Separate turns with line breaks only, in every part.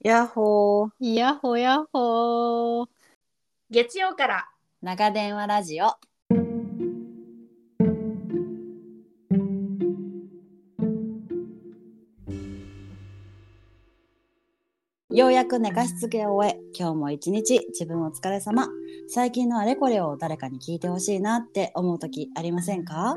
やっほー。
やっほやっほー。
月曜から
長電話ラジオ。ようやく寝かしつけを終え、今日も一日自分お疲れ様。最近のあれこれを誰かに聞いてほしいなって思う時ありませんか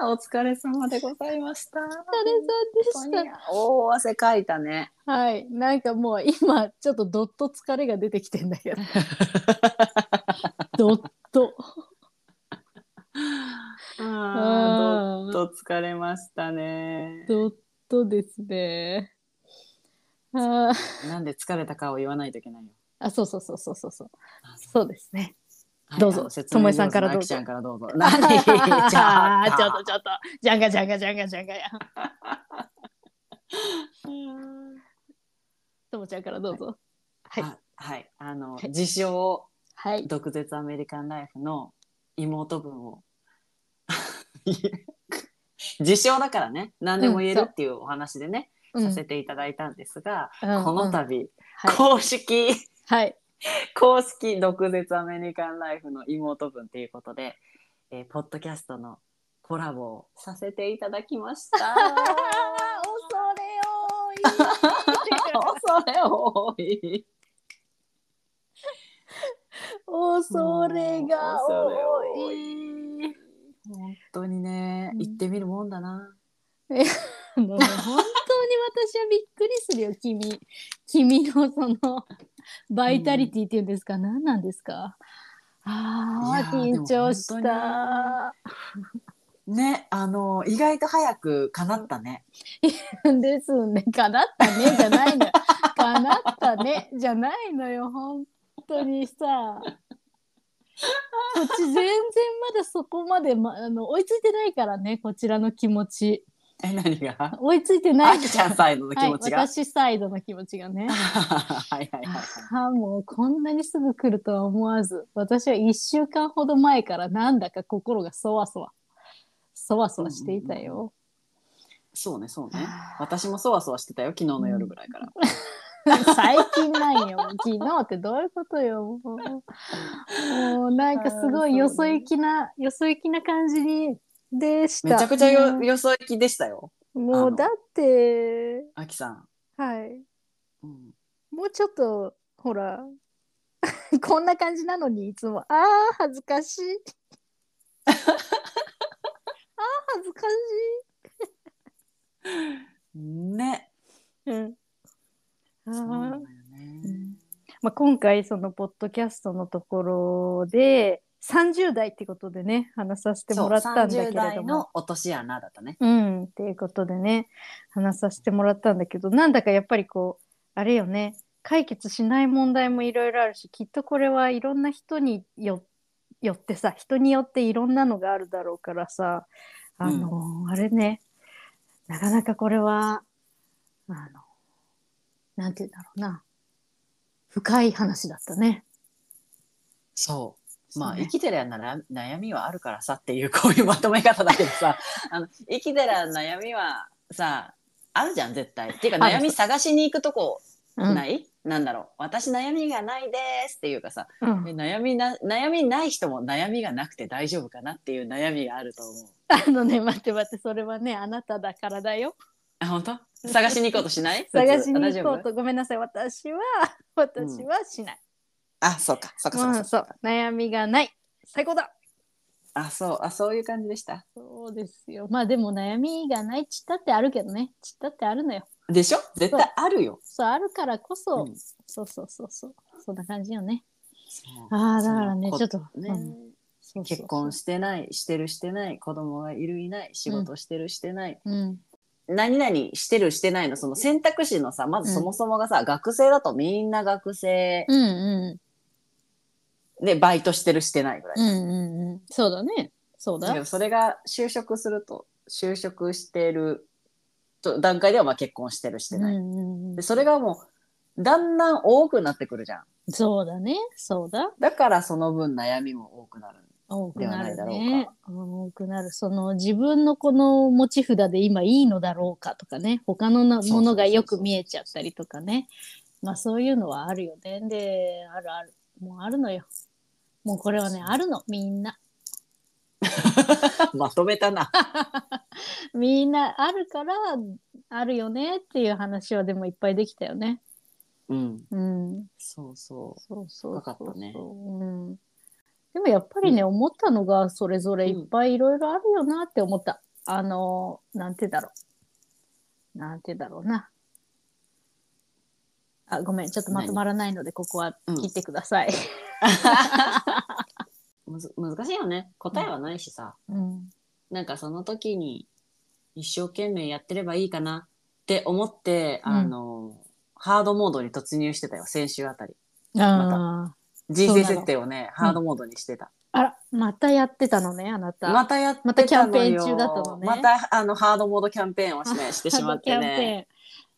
あーお疲れ様でございました。
お疲れ様でし
大汗かいたね。
た。はい。なんかもう今、ちょっとどっと疲れが出てきてんだけど。 どっと。
あー
うん
どっと疲れましたね。
どっとですね。あー
なんで疲れたかを言わないといけないよ。
あ、そうそうそうそうそうそう。そうです ね。
はい
どうぞ
あの説
とも
明
えさんから
上手なあ
どうぞ
きちゃんからどうぞ。
あ
何ちょっ
ち
と
ょっとちょっと。じゃんがじゃんがじゃんがじゃんがや。ともちゃんからどうぞ。はい
あはい。あの
は、い
自称、
はい。
毒舌アメリカンライフの妹分を。 自称だからね、何でも言え
うん
る
そう
っていうお話でね、
うん
させていただいたんですが、
うん
こ
う
の
ん
度、
はい
公式、
はい。
公式毒舌アメリカンライフの妹分ということで、えーポッドキャストのコラボをさせていただきました。
恐れ多い。
恐れ多い。
恐れが多い。
い。本当にね、
うん
行ってみるもんだな。
もう本当に私はびっくりするよ、君。君のそのバイタリティっていうんですか、何なんですか。ああ、
いやー
緊張し
でも
た。
ね、あの、意外と早く叶ったね。
ですね、かなったねじゃないのよ。かなったねじゃないのよ、本当にさ。こっち全然まだそこまで、ま、あの追いついてないからね、こちらの気持ち。
え、何が
追いついてな
あ
い。
きちゃんサイドの気持ちが。
は、
はいい、
私サイドの気持ちが ね。
はいはいはい。
ああもうこんなにすぐ来るとは思わず私は1週間ほど前からなんだか心がそわそわそわそわしていたよ、
そうね、そうね。私もそわそわしてたよ、昨日の夜ぐらいから。
最近な んよ昨日ってどういうことよもうもうなんかすごいよそ行きな、よそ行きな感じにでした
めちゃくちゃよ、
も
よそ行きでしたよ、
うも
あ
う
の
だって
あきさん。
はい
うん、
もうちょっとほら こんな感じなのにいつもあー恥ずか しいあー恥ずかし
ね。
い、うんあ
そうなんだ
ー
よ
う
ね。
んまあ、今回そのポッドキャストのところで30代ってことでね話させてもらったんだけれ
そう30代
ども
の落とし穴だったね。
うん、っていうことでね、話させてもらったんだけど、なんだかやっぱりこう、あれよね、解決しない問題もいろいろあるし、きっとこれはいろんな人によよってさ、人によっていろんなのがあるだろうからさ、あの、あれね、なかなかこれは、あの、なんて言うんだろうな、深い話だったね。
そう。まあ、
そう
生
ね
きてりゃなら悩みはあるからさっていうこういうまとめ方だけどさ あの生きてりゃ悩みはさあるじゃん絶対。っていうか
ある
悩み探しに行くとこ
うん
ない、なんだろう私悩みがないですっていうかさ
うん
え悩みな悩みない人も悩みがなくて大丈夫かなっていう悩みがあると思う。
あのね、待って待って、それはね、あなただからだよ。
あ本当探しに行こうとしない
探しに
大丈
行こ
夫
うとごめんなさい私は私はしない、
あそうかそうかそう
う
か
ん、そう悩みがない最高だ
あそうあそういう感じでした。
そうですよまあでも悩みがないちったってあるけどねちったってあるのよ
でしょ絶対あるよ。
そうあるからこ
う
そ、
ん
そうそうそうそうそんな感じよね
そう
ああだからね
その
ちょっと、
ね
うんそうそうそう
結婚してないしてるしてない子供がいるいない仕事してるしてない、
うん
何々してるしてないのその選択肢のさまずそもそもがさ、学生だとみんな学生
うんう
でバイトしてるしてないぐらい
ん。う、んうんうん。そうだね。そう
だけどそれが就職すると就職してると段階ではまあ結婚してるして
うん
ない、
うんう
で
ん。
それがもうだんだん多くなってくるじゃん
そうだね。そうだ。
だからその分悩みも多くなる
多くなる
ではない
ね。多くなる。その自分のこの持ち札で今いいのだろうかとかね、他のな
そうそうそうそ
も
う
のがよく見えちゃったりとかね。まあそういうのはあるよね。で、あるある。もうあるのよ。もうこれはね、あるの。みんな。
まとめたな
みんなあるから、あるよねっていう話はでもいっぱいできたよね。
うん
うん。
そうそ
そうそうそうそう
深かったね
うん、でもやっぱりね、思ったのがそれぞれいっぱいいろいろあるよなって思った、あのなんてだろうなんてだろうなあごめんちょっとまとまらないのでここは切ってください、
うむず難しいよね答えはないしさ、
うん
なんかその時に一生懸命やってればいいかなって思って、
うん
あのハードモードに突入してたよ先週あたり
あ
人
そ
生
うなの
設定をね
うん
ハードモードにしてた、
ーあらまたやってたのねあなた、
またやってたのよ
またキャンペーン中だったのね
またあのハードモードキャンペーンをし,、ね、してしまって
ハードキャンペー
ね
ン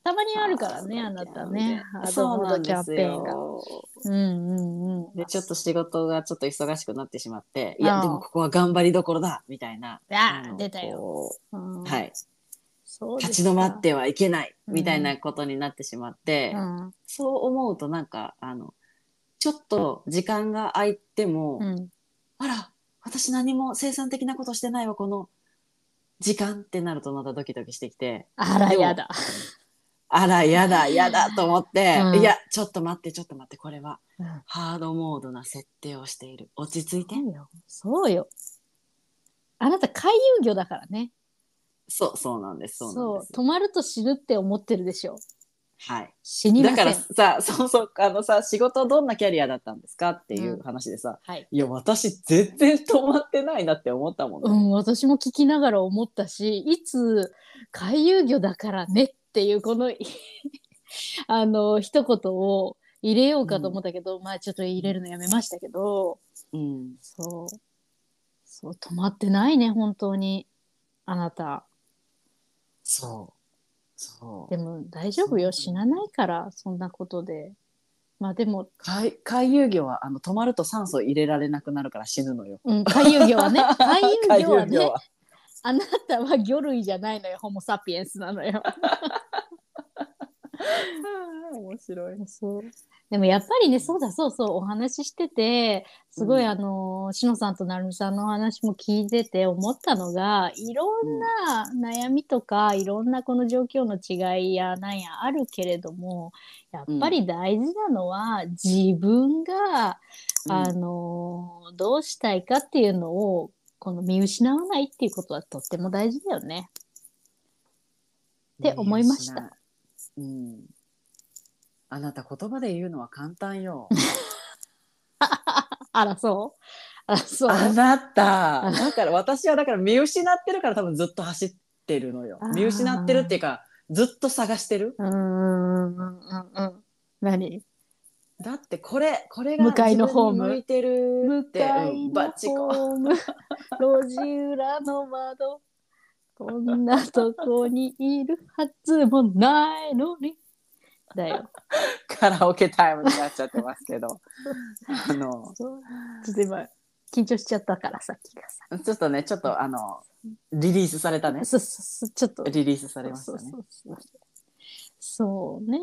たまにあるからねあなたねハード
そう
モー
な
ド
ん
キ
で
ャン
す
ペーンが
よ
うんうんうん
でちょっと仕事がちょっと忙しくなってしまってい
あ
や
あ
でもここは頑張りどころだみたいな
あ
あ
ー
の
出たよ、
こ
うん
うはい
そうで
立
すか
ち止まっ、てはいけない
うん
みたいなことになってしまって、
うん
そう思うとなんかあのちょっと時間が空いても、
うん、
あら私何も生産的なことしてないわこの時間ってなるとまたドキドキしてきて
あら
でも
やだ。
あらやだやだと思って、
うん
いやちょっと待ってちょっと待ってこれは
うん
ハードモードな設定をしている落ち着いて
そうよ。あなた回遊魚だからね。
そうそうなんです
そ
そううなんです
止まると死ぬって思ってるでしょ。
はい
死にま
だ
せん。
からさそうそうあのさ仕事どんなキャリアだったんですかっていう話でさ、
はい。
いや私全然止まってないなって思ったもんね、
うん、私も聞きながら思ったし、いつ回遊魚だからねっていうこの あの一言を入れようかと思ったけど、まあちょっと入れるのやめましたけど、
うん
そう、そう止まってないね本当にあなた。
そうそう
でも大丈夫よ死なないからそんなことでまあでも、
回回遊魚はあの止まると酸素入れられなくなるから死ぬのよ。
うん、回遊魚は ね回遊魚は
回遊
ねあなたは魚類じゃないのよホモ・サピエンスなのよ
面白い。
そうでもやっぱりねそうだそうそうお話ししててすごい、
うん
あのしのさんとなるみさんのお話も聞いてて思ったのがいろんな悩みとか、いろんなこの状況の違いやなんやあるけれどもやっぱり大事なのは、自分があのーどうしたいかっていうのをこの見失わないっていうことはとっても大事だよね。って思いました
いや。しないうん。あなた言葉で言うのは簡単よ。
あらそうあらそう
あなた
あ
だから私はだから見失ってるから多分ずっと走ってるのよ
あー。
見失ってるっていうかずっと探してる。
うーんうんうんうん何
だってこれこれが
向かいのホー
自
ム
分に向いてる
向
って
かい
うん
の
バチコ。
ホーム 路地裏の窓こんなとこにいるはずもないのに だよ。
カラオケタイムになっちゃってますけど あの
ちょっと今緊張しちゃったからさっきがさ。
ちょっとねちょっとあのリリースされたね
そうそうそうちょっと
リリースされました
そう
ね
そうそうそうね。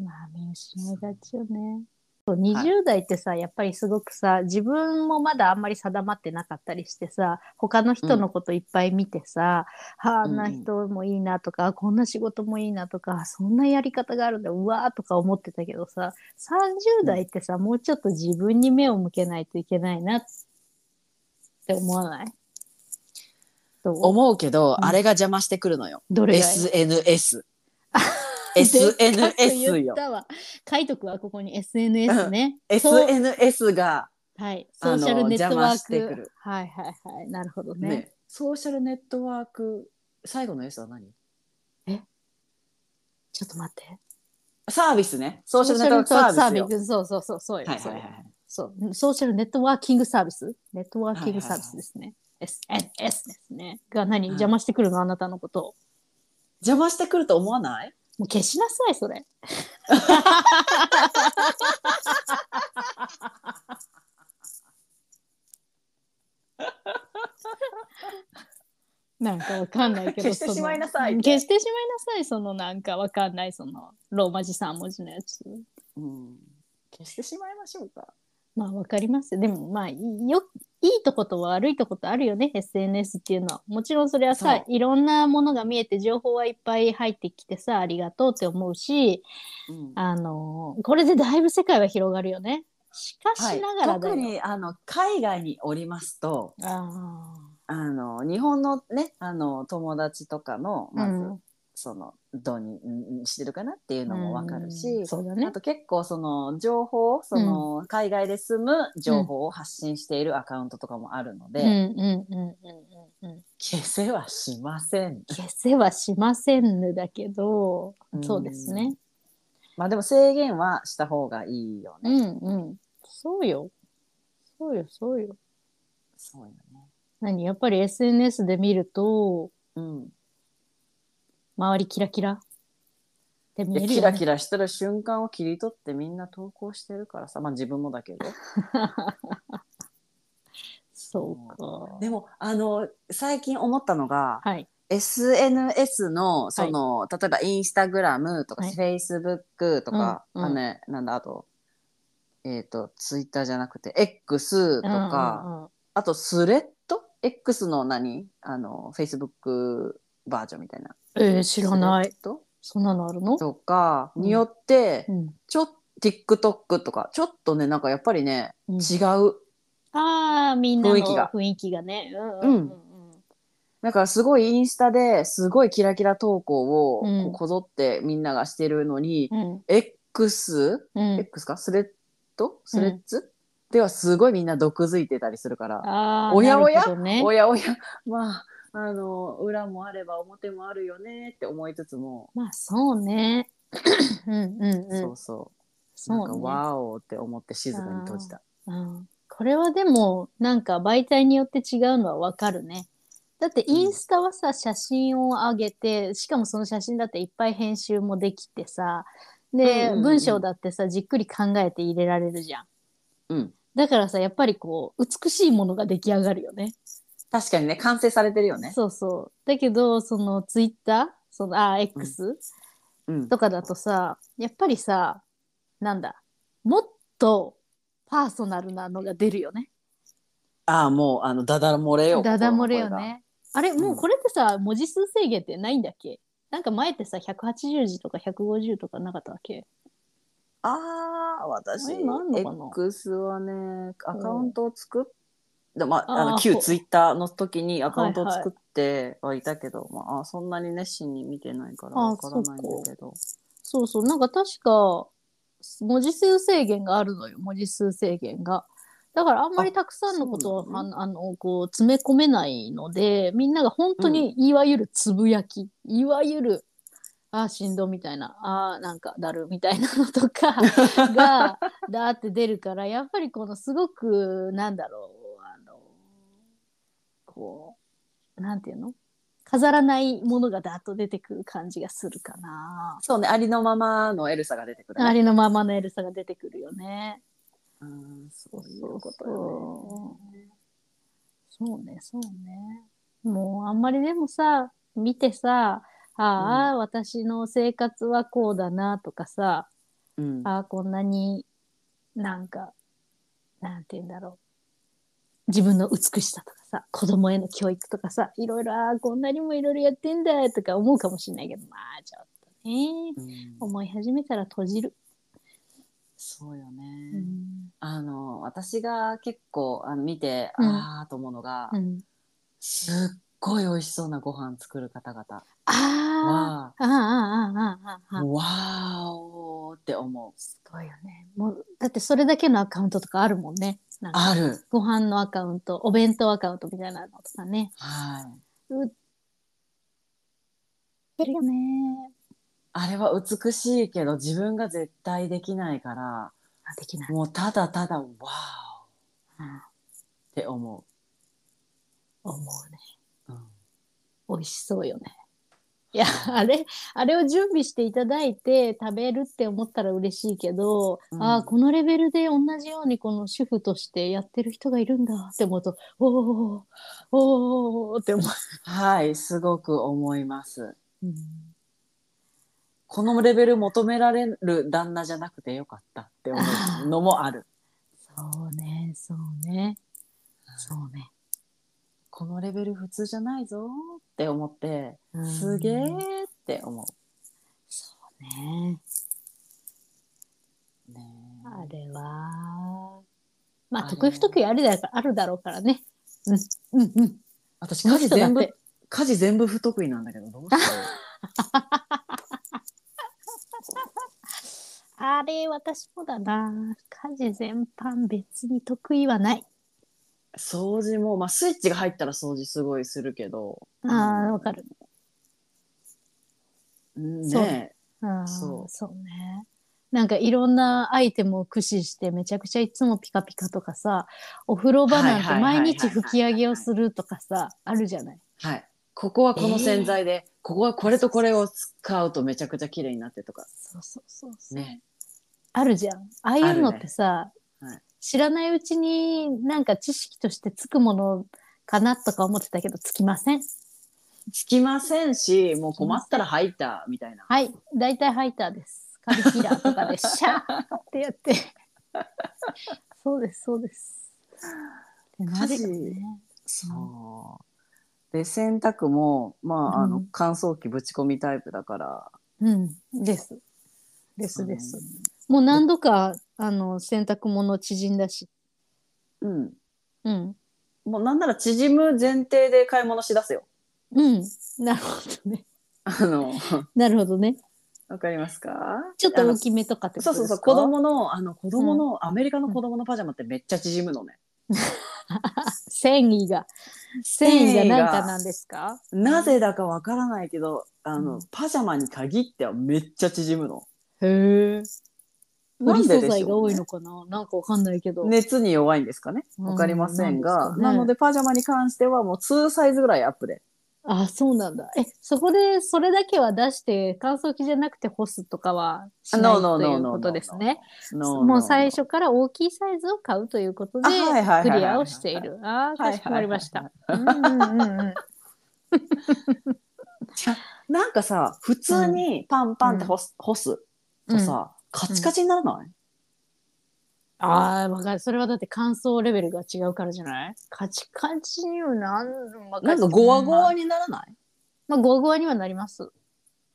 まあ見失いがちよね。そう20代ってさ、やっぱりすごくさ自分もまだあんまり定まってなかったりしてさ他の人のこといっぱい見てさ、はああんな人もいいなとか、こんな仕事もいいなとかそんなやり方があるんだうわーとか思ってたけどさ30代ってさ、もうちょっと自分に目を向けないといけないなって思わないどう
思うけど、
うん
あれが邪魔してくるのよ
どれがいい
SNS
でっかく
SNS
言っ
よ
たわ。書いとくわ、ここに SNS ね。そう
SNS が
はい。
あ
ソー
の
シャルネットワ
邪魔
ー
してく
ク
る。
はいはいはい。なるほど
ね
ね。
ソーシャルネットワーク最後の S は何
ちょっと待って。
サービスね。ソーシャルネット
ネ
ワー
ッ
ク
トワ
サ
ー
ー
ク
ビスよ。
サービス。そうそうそう、そうよ
はいは
そ
いうはい
よ
はい。
そう。ソーシャルネットワーキングサービス。ネットワーキングサービスですね。SNS ですね。が何
い
邪魔してくるのあなたのことを。
邪魔してくると思わない
もう消しなさい、それ。 なんかわかんないけど
消してしまいなさい
その消してしまいなさいそのなんかわかんないそのローマ字三文字のやつ
うん。消してしまいましょうか。
まあわかりますよでもまあいいよいいとこと悪いとことあるよね SNS っていうのはもちろんそれは
そ
さ
う
いろんなものが見えて情報はいっぱい入ってきてさありがとうって思うし
うん
あのーこれでだいぶ世界は広がるよね。しか
は
し
い
ながらだよ、
特にあの海外におりますと
あ
あの日本のねあの友達とかの
ー
まず、
うん
そのどうにんんしてるかなっていうのも分かるし、
うんそうだね
あと結構その情報その、海外で住む情報を発信しているアカウントとかもあるので、
うんうんうんうんうんうん。
消せはしません。
消せはしませんぬだけど、
うん
そうですね。
まあでも制限はした方がいいよ
う
ね。
んうん。そうよ。そうよそうよ。
そうよね。
何やっぱり SNS で見ると
うん。
周りキラキラって見え
いや
るよ、ね。
キラキラしてる瞬間を切り取ってみんな投稿してるからさ、まあ自分もだけど。
そうか。
でもあの最近思ったのが、
はい。
SNS のその、例えばインスタグラムとか
はい
フェイスブックとか、
うんうん
あのねなんだあとえっ、とツイッターじゃなくて X とか、
うんうんうん
あとスレッド X の何あのフェイスブックバージョンみたいな
えー、知らない
ス。レッド
そんなのあるの
とか
うん
によって、
うん。
ちょっと TikTok とかちょっとねなんかやっぱりね、
うん
違う
ああ、みんなの
雰囲気が
雰囲気がね。うんうん
だからすごいインスタですごいキラキラ投稿を
うん
こうこぞってみんながしてるのに、
うんうん
X
うんうん
X かスレッドスレッズ、ではすごいみんな毒づいてたりするから、
ああ、
おやおや
なるほどね
おやおや、まあ、あの、裏もあれば表もあるよねって思いつつも、
まあそうね。 うんうんう
そ
ん
う。そう。
そ
なんか、
うね。
わおって思って静かに閉じた。
うんこれはでもなんか媒体によって違うのはわかるね。だってインスタはさ、写真を上げてしかもその写真だっていっぱい編集もできてさ
う
で、
んうんうん
文章だってさじっくり考えて入れられるじゃん。
うん。
だからさやっぱりこう美しいものが出来上がるよね。
確かにね、完成されてるよね。
そうそう。だけど、そのツイッター、その、あ、X
うん。
とかだとさ、やっぱりさ、なんだ、もっとパーソナルなのが出るよね。
ああ、もう、あの、だだ漏れよ。
ダダ漏れよ
これが。
ね。あれ、もううんこれってさ、文字数制限ってないんだっけなんか前ってさ、180字とか150とかなかったわけ
ああ、私、
あ今あんのかな
X はね、アカウントを作っでまあ、あ
あ
の
ー
旧
ほう
ツイッターの時にアカウント
は
を
いはい
作ってはいたけど、まあ、そんなに熱心に見てないから
あー
わからないんだけど。
そうそう、なんか確か、文字数制限があるのよ、文字数制限が。だからあんまりたくさんのこと
あそう
をあ,、
な
のあのこう詰め込めないのでみんなが本当にいわゆるつぶやき、いわゆるあーしんどみたいなあーなんかだるみたいなの とかがだーって出るからやっぱりこのすごくなんだろうあのこうなんていうの飾らないものがだーっと出てくる感じがするかな。
そうね、ありのままのエルサが出てくる、ね。
ありのままのエルサが出てくるよね。
うんそうい
そうう
ことよね。
そうね、そうね。もうあんまりでもさ、見てさ、ああ、私の生活はこうだなとかさ、
うん、
ああ、こんなになんか、なんて言うんだろう。自分の美しさとかさ、子供への教育とかさ、いろいろ、ああ、こんなにもいろいろやってんだとか思うかもしれないけど、まあちょっとね、
うん
思い始めたら閉じる。
そうよね。
うん。
あの、私が結構あの見て、
うん
ああと思うのが、
うん、
すっごい美味しそうなご飯作る方々
ああ。
は、
ああああああああ
わーおーって思う。
すごいよね。もうだってそれだけのアカウントとかあるもんね。なんか
ある。
ご飯のアカウント、お弁当アカウントみたいなのとかね。
はい。
売ってるよね。
あれは美しいけど自分が絶対できないから
あできない。
もうただただ「わーお!」
うん
って思
思うね。
う。うん
美味しそうよね。いや、あれ、あれを準備していただいて食べるって思ったら嬉しいけど、
うん
ああ、このレベルで同じようにこの主婦としてやってる人がいるんだって思うと、おーおー、おーって思
はいすごく思います。
う。
このレベル求められる旦那じゃなくてよかったって思うのもある。
そうね、そうね。そうね。
このレベル普通じゃないぞって思って、
うん
すげーって思
そうね。
う。ねえ
あれは、ま
あ
あ、
れ
得意不得意あるだあるだろうからね。うん、うん、うん。
私
この
家事
人だっ
全部
て、
家事全部不得意なんだけどどうしたらいい
あれ、私もだな。家事全般別に得意はない。
掃除も、まあ、スイッチが入ったら掃除すごいするけど。
ああ、わかる。
うん
そう
ね
ああ、
そ
そうう。ね。なんかいろんなアイテムを駆使してめちゃくちゃいつもピカピカとかさ、お風呂場なんて
はいはいはいはい
毎日拭き上げをするとかさ、あるじゃない。
えはい。ここはこの洗剤で、ここはこれとこれを使うとめちゃくちゃ綺麗になってとか。
そうそうそうそう。
ね。
あるじゃん。ああいうのってさ、
あるねはい
知らないうちになんか知識としてつくものかなとか思ってたけど、つきません。
つきませんし、もう困ったら吐いたみたいな。
はい、大体ハイターです。カビキラーとかでシャーってやって。そうです、そうです。ってなるよね。そう
で洗濯も、まあ、あ
う
の
ん
乾燥機ぶち込みタイプだから、
うん、です。です
うん
です。もう何度か、あの、洗濯物縮んだし。
うん、
うん。
もうなんなら縮む前提で買い物しだすよ。
うん。なるほどね。
あの
なるほどね。
わかりますか
ちょっと大
い
きめとかってこ
そ
と
う
です
そう
か
そう子。供のあの子供の、アメリカの子供のパジャマってめっちゃ縮むのね。
繊維が。繊維がなんかなんですか
なぜだかわからないけどあの、
うん
パジャマに限ってはめっちゃ縮むの。
へえ。
な
織
ん
り
で
素
でし
材が
ょう
多
ね
いのかななんかわかんないけど。
熱に弱いんですかね
うん
わかりませんが、
なんですかね
なのでパジャマに関してはもう2サイズぐらいアップで
あ、そうなんだ。え、そこでそれだけは出して乾燥機じゃなくて干すとかはしない
ノーノー
と
ノーノ
い
ー
う
ノー
ことですね。
No, no, no.
もう最初から大きいサイズを買うということで
あはいはいはいはい
クリアをしている。ああ、
はいはいはい
かしこまりました。うんうんうんうん。
なんかさ普通にパンパンって干す,、干すとさ、カチカチにならない、
ああ、わかる。それはだって乾燥レベルが違うからじゃないカチカチにはなん、わ
なんかゴワゴワ
に。
にならない、
まあ、ゴワゴワにはなります。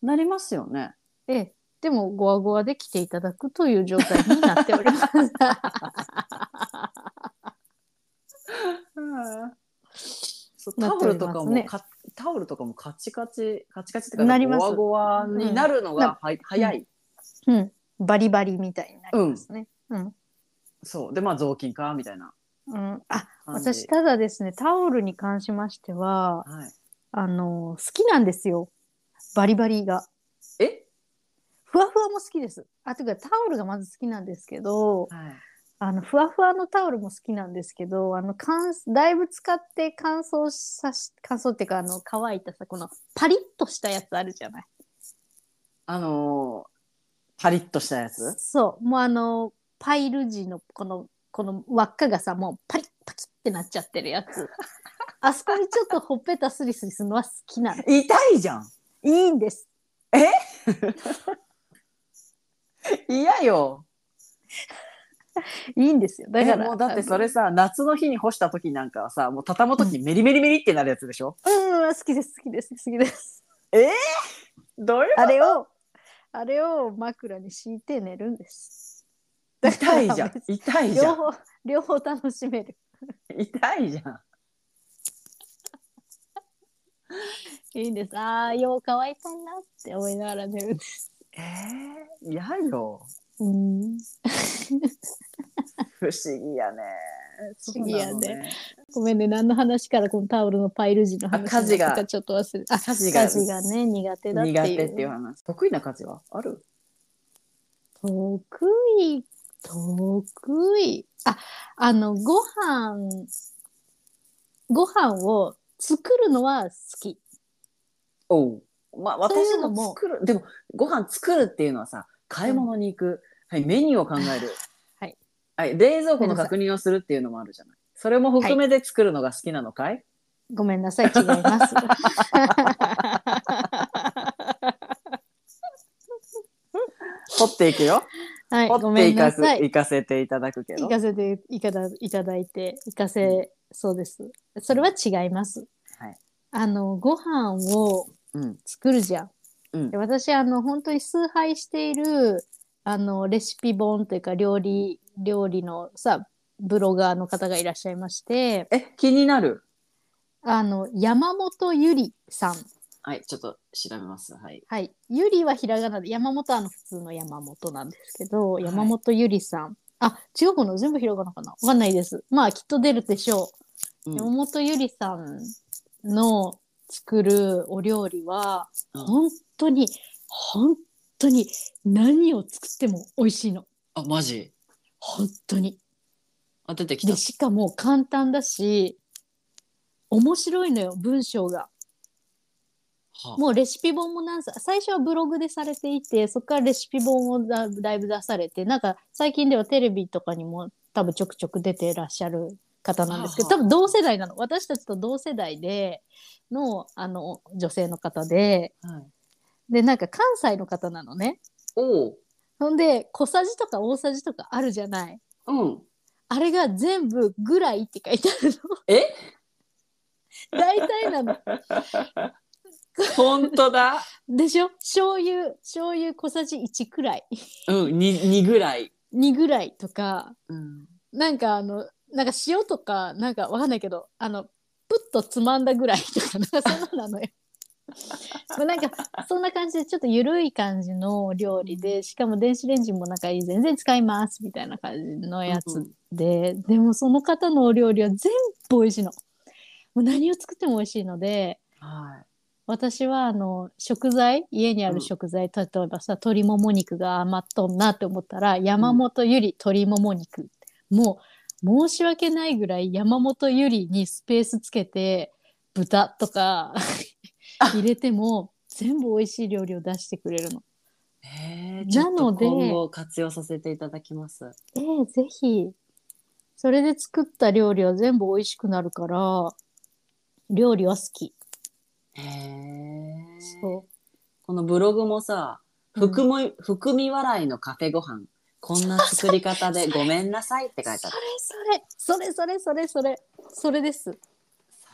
なりますよね。
ええ。でも、ゴワゴワで来ていただくという状態になっております。
そう
な
タ
っ
オ
てお
ル
り
と
ま
か
す
も、
ね
かタオルとかもカチカチカチカチってか
なります
ゴワゴワになるのがは、早い。
うん。バリバリみたいになりますね。うん。
そうでまあ雑巾かみたいな
うん、あ、
感じ。
私、ただですね、タオルに関しましては、
はい、
あの、好きなんですよ。バリバリが。
え、
ふわふわも好きです。あ、というかタオルがまず好きなんですけど、
はい、
あの、ふわふわのタオルも好きなんですけど、あの、乾、だいぶ使って乾燥さし、乾燥っていうか、あの、乾いたさ、このパリッとしたやつあるじゃない。
あのー、パリッとしたやつ
そう。もうあの、パイル地のこの、この輪っかがさ、もうパリッパキッってなっちゃってる やつ。あそこにちょっとほっぺたスリスリするのは好きなの。
痛いじゃん
いいんです。
嫌よ
いいんですよ。だか
え
ら。
もうだってそ
あの
れさ夏の日に干した時なんかはさもう畳む時メリメリメリってなるやつでしょ、
うんうん、好きです、好きです、好きです。
どういう
あれを、あれを枕に敷いて寝るんです。
痛いじゃん痛いじゃ
両
ん
方、両方楽しめる。
痛いじゃん
いいんです。ああ、よう乾いたんなって思いながら寝るんです。
えー、嫌よ
うん。
不思議やねそ
不
う
思議
な
や
の
で、
ね。
ごめんね何の話からこのタオルのパイル時の話
あ家事が
になったかちょっと忘れあ
家事が
家事がね苦手だっていう
苦手っていう話。得意な家事はある
得意得意ああのご飯ご飯を作るのは好き
おう。まあ、
そうい
私
うのも
も作る。でも、ご飯作るっていうのはさ、買い物に行く。はい、メニューを考える。
はい。
はい、冷蔵庫の確認をするっていうのもあるじゃない。それも含めて作るのが好きなのかい、
ごめんなさい違います
掘っていくよ。
はい
掘
ご
って
めん
い
な
かす、
さい
行かせていただくけど
行。かせていかだいただいて行かせそうですそれは違います、
はい
あのご飯を
うん。
作るじゃん、
うん
で私あの本当に崇拝しているあのレシピ本というか料理料理のさブロガーの方がいらっしゃいまして
え、気になる。
あの山本ゆりさん
はい、ちょっと調べます。はい。
はいゆりはひらがなで山本はあの普通の山本なんですけど、
い
山本ゆりさんあ違うこの全部ひらがなかなわかんないですまあきっと出るでしょう
うん
山本ゆりさんの作るお料理は
うん
本当に本当に何を作っても美味しいの
あ、マジ。
本当に。
あ、出てきた
で。しかも簡単だし面白いのよ文章が。
はあ
もうレシピ本も何さ最初はブログでされていてそこからレシピ本をだだいぶ出されてなんか最近ではテレビとかにも多分ちょくちょく出てらっしゃる方なんですけど
はあ
多分同世代なの私たちと同世代でのあの女性の方で
はい、
でなんか関西の方なのね
おう。
ほんで小さじとか大さじとかあるじゃない
うん。
あれが全部「ぐらい」って書いてある
え
の大体なの
本当だ。
でしょ醤油醤油小さじ1くらい
うん、に、にぐらい。
2ぐらいとか
うん。
なんかあのなんか塩とかなんかわかんないけどあのプッとつまんだぐらいとかなんかそんなのよ。まあなんかそんな感じでちょっとゆるい感じの料理でしかも電子レンジもなんか全然使いますみたいな感じのやつで、でもその方のお料理は全部美味しいの。もう何を作っても美味しいので
は
私はあの食材家にある食材、例えばさ鶏もも肉が余っとんなって思ったら山本ゆり鶏もも肉もう申し訳ないぐらい山本ゆりにスペースつけて豚とか入れても全部美味しい料理を出してくれるの。
い。ええ
なので
今後活用させていただきます。
ええぜひそれで作った料理は全部美味しくなるから料理は好き。
へえ。
そう
このブログもさ、
うん
含む、含み笑いのカフェご飯。こんな作り方でごめんなさいって書いてある。
それそれそれそれそれそれです。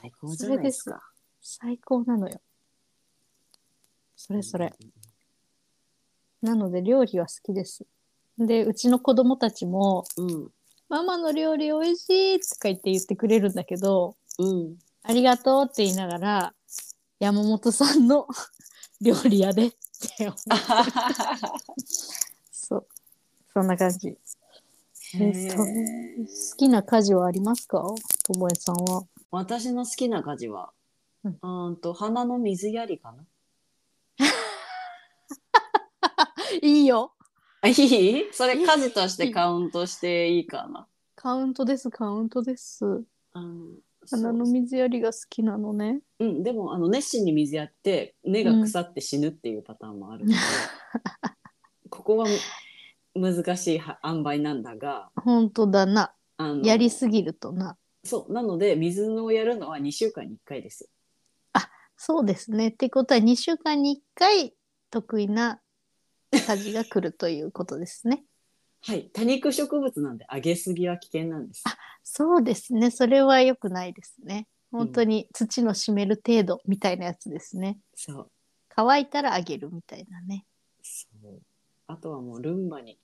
最高じゃないですか。
最高なのよそれそれなので料理は好きですでうちの子供たちも
うん。
「ママの料理おいしい」とか言って言ってくれるんだけど
うん。
「ありがとう」って言いながら山本さんの 料理屋でって思うそうそんな感じ
へ
え
え
そう好きな家事はありますかともえさんは
私の好きな家事は、
う
うんーんと、花の水やりかな。
いいよ
あいいそれ家事としてカウントしていいかな。
カウントですカウントです
うん
花の水やりが好きなのね
うん、でもあの熱心に水やって根が腐って死ぬっていうパターンもあるので、 ここはむ難しいは塩梅なんだが
本当だな
あの
やりすぎるとな。
そうなので水をやるのは2週間に1回です
そうですね。ってことは2週間に1回得意な家事が来るということですね。
はい多肉植物なんで揚げすぎは危険なんです
そうですね。それは良くないですね。本当に土の湿る程度みたいなやつですね。
そう
乾いたらあげるみたいなね。
そうあとはもうルンバに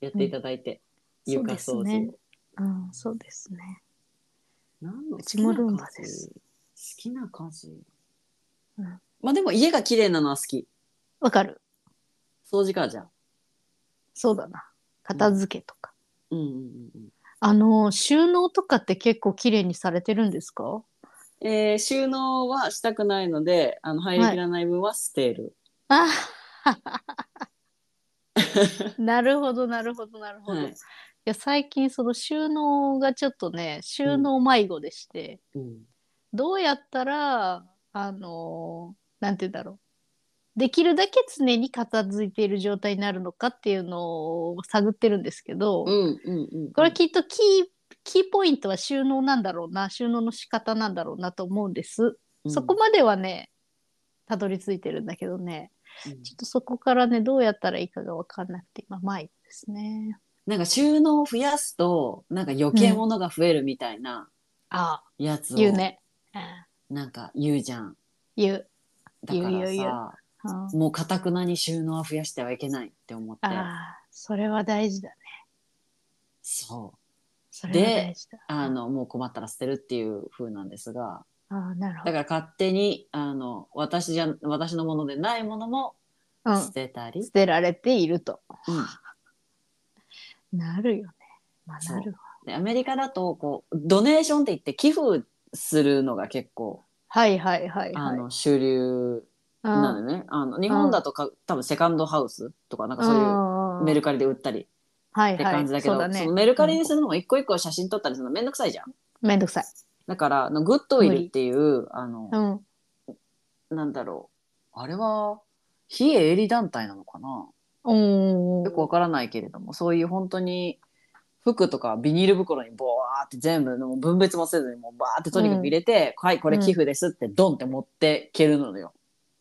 やっていただいて、
うん
床掃除
そう
を、
ですねうん、そうですね。
何の好
う
き
ち
な
も
家事
ルンバです
好きな家事、
うん
まあでも家が綺麗なのは好き
わかる。
掃除からじゃあ
そうだな。片付けとか。
うんうんうんうん
あの収納とかって結構綺麗にされてるんですか
えー収納はしたくないのであの入りきらない分は捨てる、
あなるほどなるほどなるほど、
はい
い、や最近その収納がちょっとね収納迷子でして、
うん
どうやったらあのなんて言うんだろうできるだけ常に片付いている状態になるのかっていうのを探ってるんですけど、
うんうんうん、
これきっとキーキーポイントは収納なんだろうな収納の仕方なんだろうなと思うんです、
うん
そこ、まではねたどり着いてるんだけどね
うん
ちょっとそこからねどうやったらいいかが分かんなくて今迷子ですね
なんか収納を増やすとなんか余計物が増えるみたいな
ああ
やつを、
言うね
なんか言うじゃん
言う
だからさ
言う言う言あ
もうかたくなに収納は増やしてはいけないって思って
あそれは大事だね
そう
それは大事だ
あのもう困ったら捨てるっていう風なんですが
ああなるほ
だ
ど
から勝手にあの私じゃ私のものでないものも
う
捨
ん
てたり、
捨てられていると
うん
なるよねまあ
そう
なるわ
でアメリカだとこうドネーションって言って寄付するのが結構、
はいはいはい
あ
はい
の主流なのね、あの日本だとか、多分セカンドハウスとかなんかそういう
う
メ
ル
ルカリで売ったり
はい
って
は
感じだ
い
けど、
そうだね
そのメルカリにするのも一個一個写真撮ったりするのめんどくさいじゃん。
めんどくさい
だからあのグッドウィルっていうあの、
うん
なんだろうあれは非営利団体なのかな
お
よくわからないけれどもそういう本当に服とかビニール袋にボワーって全部の分別もせずにもうバーってとにかく入れて、はいこれ寄付ですってドンって持ってけるのよ。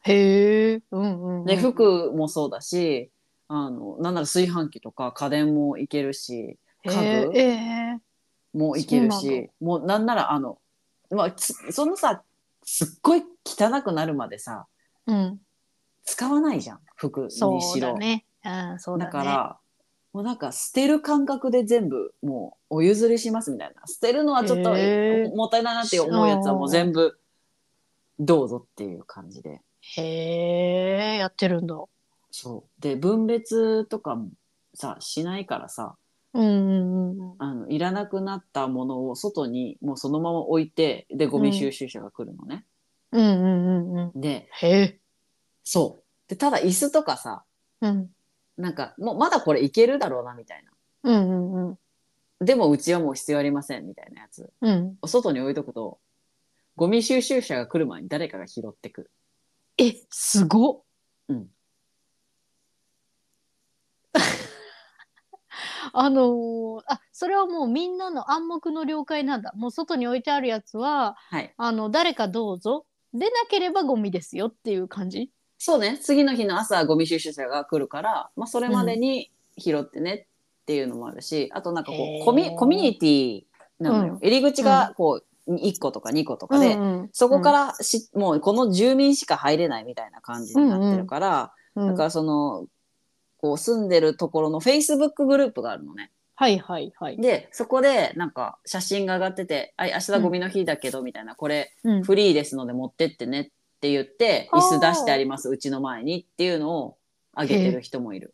へえ、うんうんうん。
で服もそうだしあのなんなら炊飯器とか家電もいけるし家
へ
具
ええ
もいける
そうなん
しもうなんならあの、まあ、つそのさすっごい汚くなるまでさ
えうん。
使わないじゃん服にしろ。
そうだね。うん、そうだ
だ
ね。
からもうなんか捨てる感覚で全部もうお譲りしますみたいな捨てるのはちょっと
へー
もったいないなって思うやつはもう全部どうぞっていう感じで
へえ、やってるんだ。
そうで分別とかもさしないからさ
うんうんうんうん。
あのいらなくなったものを外にもうそのまま置いてでゴミ収集車が来るのね、
うんうんうんうん。
で
へえ。
そうでただ椅子とかさ
うん。
なんかもうまだこれいけるだろうなみたいな
うんうんうん。
でもうちはもう必要ありませんみたいなやつ
うん。
外に置いとくとゴミ収集車が来る前に誰かが拾ってくる
え、すごっ。
うん。
あのーあそれはもうみんなの暗黙の了解なんだもう外に置いてあるやつは
はい
あの誰かどうぞでなければゴミですよっていう感じ
そうね次の日の朝ゴミ収集車が来るから、まあ、それまでに拾ってねっていうのもあるし、あとなんかこ
へー
うコミコミュニティなのよ、入り口がこう1個とか2個とかで、
うんうん
そこからし、もうこの住民しか入れないみたいな感じになってるから、
うん
だからそのこう住んでるところのフェイスブックグループがあるのね。
はいはいはい。
でそこでなんか写真が上がってて「あ明日ゴミの日だけど」みたいな「これ
うん
フリーですので持ってってね」って言って「
あー
椅子出してありますうちの前に」っていうのをあげてる人もいる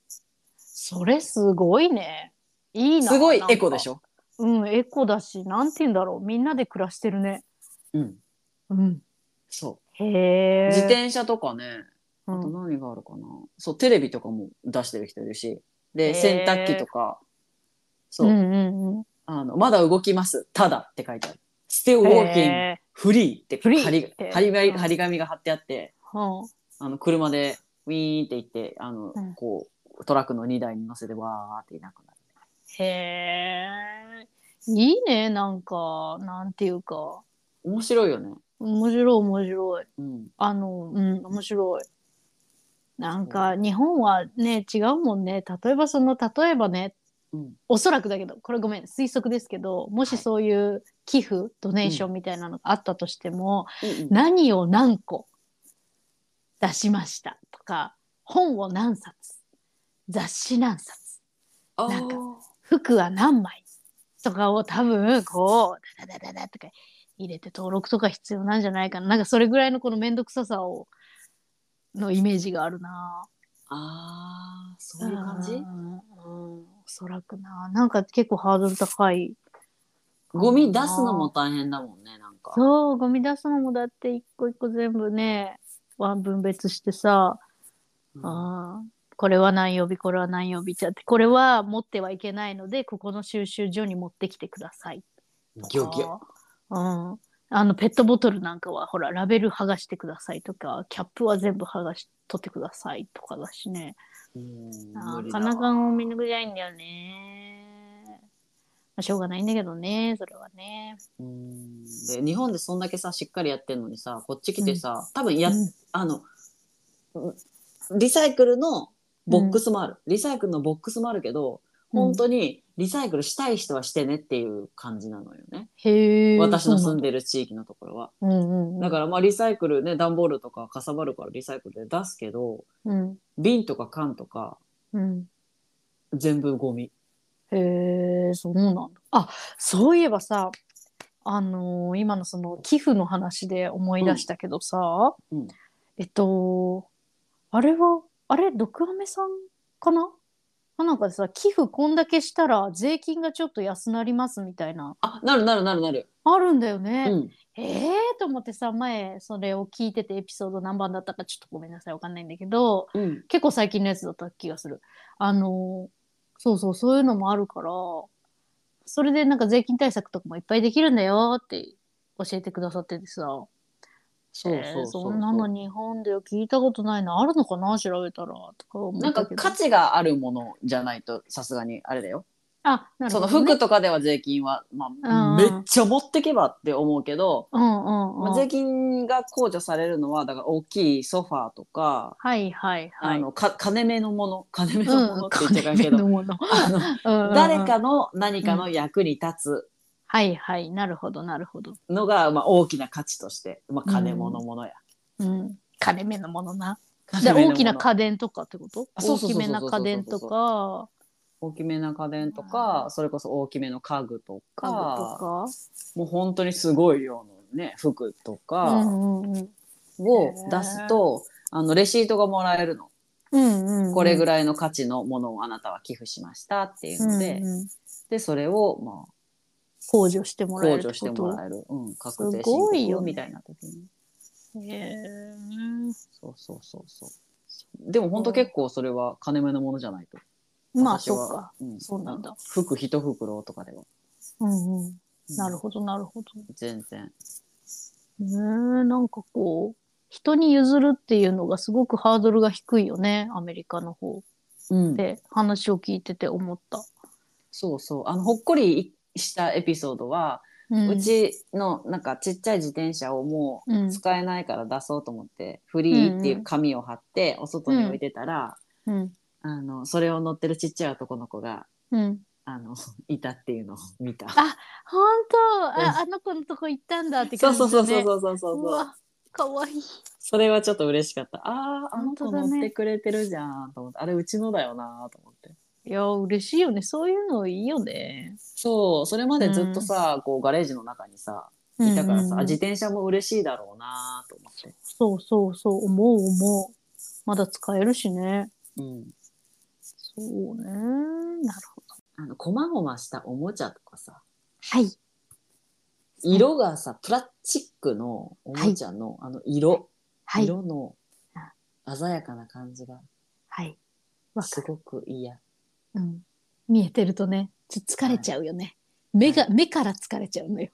それすごいね。いいな。
すごいエコでし
ょ。
ょ
うん、エコだし、なんて言うんだろう。みんなで暮らしてるね。
うん
うん。
そ
へ
う
え。
自転車とかね
う
あと
ん。
何があるかなそうテレビとかも出してる人いるし
へー
で洗濯機とか
う
そう、
んうんうん。
あの「まだ動きますただ」って書いてある「Still walking
へ
free」って
フリー
張り
って
張り紙
うん
張り紙が貼ってあって
ーうん
あの車でウィーンって行ってあの、
うん
こうトラックの荷台に乗せてわーっていなくなる。
へえ。いいね、なんか、なんていうか。
面白いよね。
面白い面白い。
うん、
あの、うん、面白い。なんか、日本はね、違うもんね。例えばその、例えばね、
うん、
おそらくだけどこれごめん推測ですけどもしそういう寄付、ドネーションみたいなのがあったとしても、何を何個出しましたとか本を何冊雑誌何冊
あ
なんか
ー
服は何枚とかを多分こうダダダダダとか入れて登録とか必要なんじゃないかななんかそれぐらいのこの面倒くささをのイメージがあるな。
あーそういう感じ
うんうんおそらくななんか結構ハードル高い
ゴミ出すのも大変だもんね、なんか。
そうゴミ出すのもだって一個一個全部ねわ分別してさ、
うん
あーこれは何曜日これは何曜日ってやってこれは持ってはいけないのでここの収集所に持ってきてください
ギョギョ。
うん、あのペットボトルなんかはほらラベル剥がしてくださいとかキャップは全部剥がし取ってくださいとかだしね
うん無
な
理だ
か
わ
なか見抜くじゃいんだよね、まあ、しょうがないんだけどねそれはね
うんで日本でそんだけさしっかりやってんのにさこっち来てさ、多分や、
うん
あのうんリサイクルのボックスもある、リサイクルのボックスもあるけど本当にリサイクルしたい人はしてねっていう感じなのよね、
へえ
私の住んでる地域のところは、
そうなんだうんうんうん
だからまあリサイクルね段ボールとかかさばるからリサイクルで出すけど
うん
瓶とか缶とか
うん
全部ゴミ
へえそうなんだあそういえばさあのー今のその寄付の話で思い出したけどさ、
うんうん
えっとあれはあれ毒アメさんかなあなんかさ寄付こんだけしたら税金がちょっと安なりますみたいな
あなるなるなるなる、
あるんだよ
う
ね。
ん、
ええと思ってさ前それを聞いててエピソード何番だったかちょっとごめんなさいわかんないんだけど、
うん、
結構最近のやつだった気がする。あのーそうそうそういうのもあるからそれでなんか税金対策とかもいっぱいできるんだよって教えてくださっててさ
そうそうそう
えーそんなの日本では聞いたことないのあるのかな調べたらとか思
な
っ
んか
たけど
価値があるものじゃないとさすがにあれだよ
あなる
そ
ほ
の
ど、ね、
服とかでは税金は、まあ、
うん
めっ
うん
ちゃ持ってけばって思うけど、
うんうん、う
まあ、
ん、
税金が控除されるのはだから大きいソファーとか、
はいはいはい
あのか金目のもの金目のものって言っちゃいかんけど、
金目のもの
あの
うんうんう ん
誰かの何かの役に立
はいはいなるほどなるほど、
つのが、まあ、大きな価値として、まあ、金物ものや。
うん、金目のものなじ
金
ゃあ
目のもの
大きな家電とかってこと
あそう
大
そうそう
き
そう
め
そうそう
な家電とか
大きめな家電とかそれこそ大きめの家具とか
家具とか。
もう本当にすごい量の、ね、服と
う
か
んうんうん
を出すと、あのレシートがもらえるの。
うんうん。
これぐ
ら
らいの価値のものをあなたは寄付しましたっていうので、
うんうん、
でそれをま
控除して
あ
もらえ
控
る
除
って
して
こ
も
と
らえる、うん、確定
すごい
申
よ
告
ね
みたいな時に、
へ
そうそうそうそうでも本当結構それは金目のものじゃないと
えまあ
私は
そうか。
うん、
そうなんだ
服一袋とかでは、
うんうん。なる
ほ
ほどなるほど。
ど全然
ねえなんかこう人に譲るっていうのがすごくハードルが低いよねアメリカの方
うん
で話を聞いてて思った。
そうそうあのほっこりしたエピソードは、
う
うんちのなんかちっちゃい自転車をもう
うん
使えないから出そうと思って、フリーっていう紙を貼ってお外に置いてたら、
うん
あの、それを乗ってるちっちゃい男の子が、
うん。
あの、 いたっていうのを見た。
あ本当
うん
ああの子のとこ行ったんだって
そ
感
う
じ
そ
だ
う
ね。
そうそうそうそう
う
そう。
わ可愛いい。
それはちょっと嬉しかった。ああ、あの子
本当だ
乗
ね
ってくれてるじゃんと思って、あれうちのだよなと思って。
いや嬉しいよねそういうのいいよね。
そう、それまでずっとさ、こうガレージの中にさ、いたからさ、あ自転車も嬉しいだろうなと思って。
そうそうそう思う思うまだ使えるしね
うん。
そうねなるほど
あの、こまごましたおもちゃとかさ、
はい
色がさ、プラスチックのおもちゃの、あの色、
はい
色の鮮やかな感じが、
はいわ
す
かる、
ごくいいや。
うん、見えてるとねちょっと疲れちゃうよね、目が目から疲れちゃうのよ、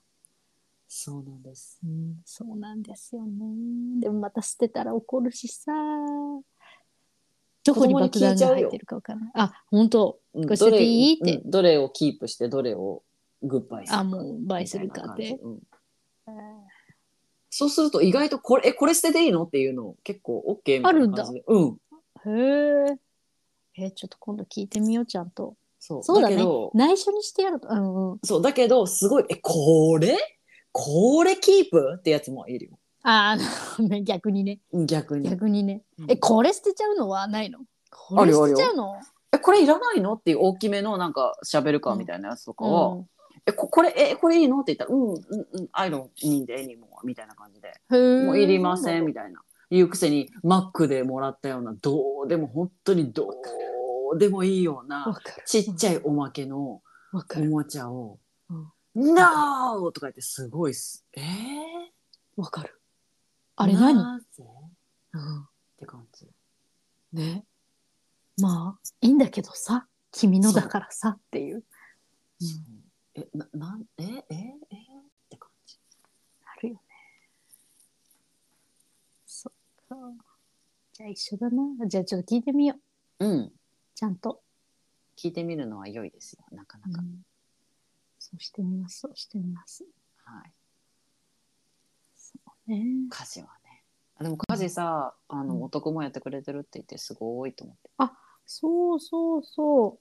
そうなんです。
うん、そうなんですよねでもまた捨てたら怒るしさどこに爆弾が入ってるかわからないあ本当
うん
これ捨てていい
どれ
って
うんどれをキープしてどれをグッバイする
あもう倍するかっ
みたいな感
て
じうんそうすると意外とこれえこれ捨てていいのっていうの結構 OK みたいな感じでうん
へーえちょっと今度聞いてみようちゃんと
そう
そう
だ
だね
けど
内緒にしてやるとうんうん
そうだけどすごいえこれこれキープってやつもいるよ
ああ、 逆にね。
うん逆に
逆にね。
うん
え、これ捨てちゃうのはないのこ
ある
れ
よ
捨てちゃうの
えこれいらないのっていう大きめのなんかしゃべるかみたいなやつとかは、
うん
えここれえこれいいのって言ったらうんうんうんアイロンいいんでエニモみたいな感じで
へー
もういりませんみたいな言うくせにマックでもらったようなどうでも本当にどうでもいいよう
わ
な
かる。
ちっちゃいおまけの
わか
お
る。
もちゃを
うん
「NO!」とか言ってすごいっすえー、
わかる。あれ何、
なぜ
うん
って感じ
ね。まあ、いいんだけどさ、君のだからさっていう。
えななんええええって感じ
あるよね。そっか。じゃあ一緒だな。じゃあちょっと聞いてみよう。
うん
ちゃんと。
聞いてみるのは良いですよなかなか、
うんそうしてみます。そうしてみます。
はい
ね
家事はねあでも家事さ、あ
うん
の男もやってくれてるって言ってすごいと思って
そうそうそう。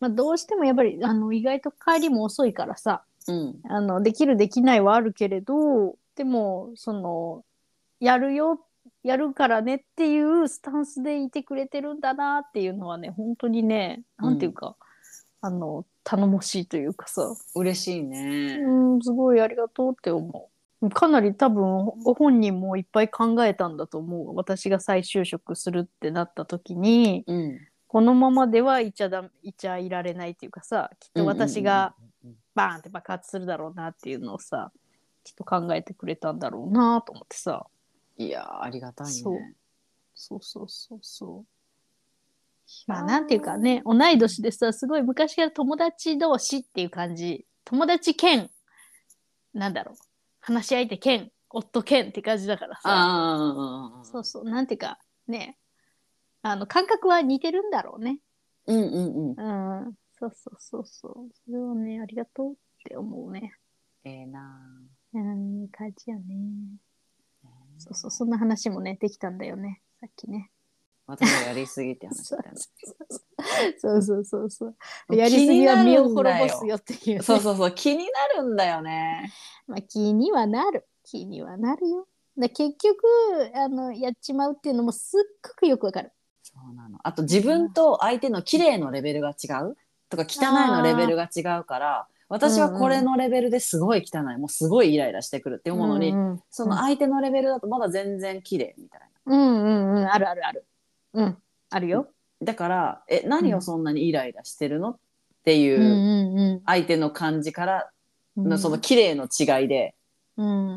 まあどうしてもやっぱりあの意外と帰りも遅いからさ。
うん
あのできるできないはあるけれどでもそのやるよやるからねっていうスタンスでいてくれてるんだなっていうのはね本当にねなんていうか、あの頼もしいというかさ、
嬉しいね、
うん、すごいありがとうって思うかなり多分ご本人もいっぱい考えたんだと思う私が再就職するってなった時に
うん
このままではいちゃだいちゃいられないっていうかさきっと私が、
うんうんうん
バーンって爆発するだろうなっていうのをさきっと考えてくれたんだろうなと思ってさ
うんいやーありがたいね
そうそうそうそうそうまあなんていうかね同い年でさすごい昔から友達同士っていう感じ友達兼なんだろう話し相手兼夫兼って感じだからさ
ああ
そうそうなんていうかねあの感覚は似てるんだろうね
うんうんうん
うんそうそうそうそうそれはねありがとうって思うね
ええなー
うんいい感じやねそうそう、そんな話もね、できたんだよね、さっきね。
私がやりすぎって話 だよね
そうそうそうそう。
もう
やりすぎは身を
気にな
滅
るんだ
ぼ
よ
すよっていう、ね。
そうそうそう気になるんだよね
まあ、気にはなる。気にはなるよ。だ結局あの、やっちまうっていうのもすっごくよくわかる。
そうなのあと自分と相手の綺麗のレベルが違うとか汚いのレベルが違うから私はこれのレベルですごい汚い、もうすごいイライラしてくるって思うのに、
うんうん
その相手のレベルだとまだ全然綺麗みたいな。
うんうんうん、あるあるある。うん、あるよ。
だからえ何をそんなにイライラしてるのっていううん
う
相手の感じから
んう
の
ん。
その綺麗の違いで、
うん、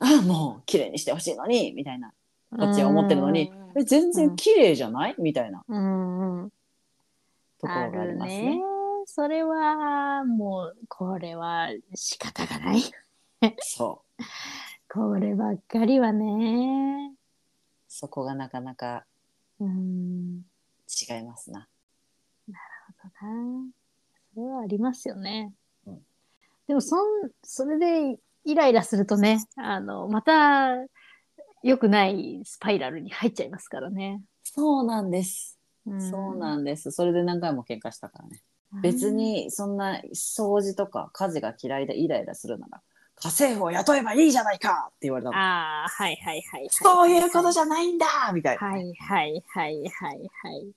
ああもう綺麗にしてほしいのにみたいなこっちは思ってるのにえ全
う
然
ん
綺麗じゃないみたいな
うんうん。
ところがありますね。
るそれはもうこれは仕方がない。
そう
こればっかりはね。
そこがなかなか
うん。
違いますな。
そうだな。それはありますよね。
うん
でもそんそれでイライラするとね、あのまた良くないスパイラルに入っちゃいますからね。
そうなんです。そうなんです。それで何回も喧嘩したからね。別。にそんな掃除とか家事が嫌いでイライラするなら家政婦を雇えばいいじゃないかって言われたの。
ああはいはいはいはい。
そういうことじゃないんだみたいな。
はいはいはいはいはい。はい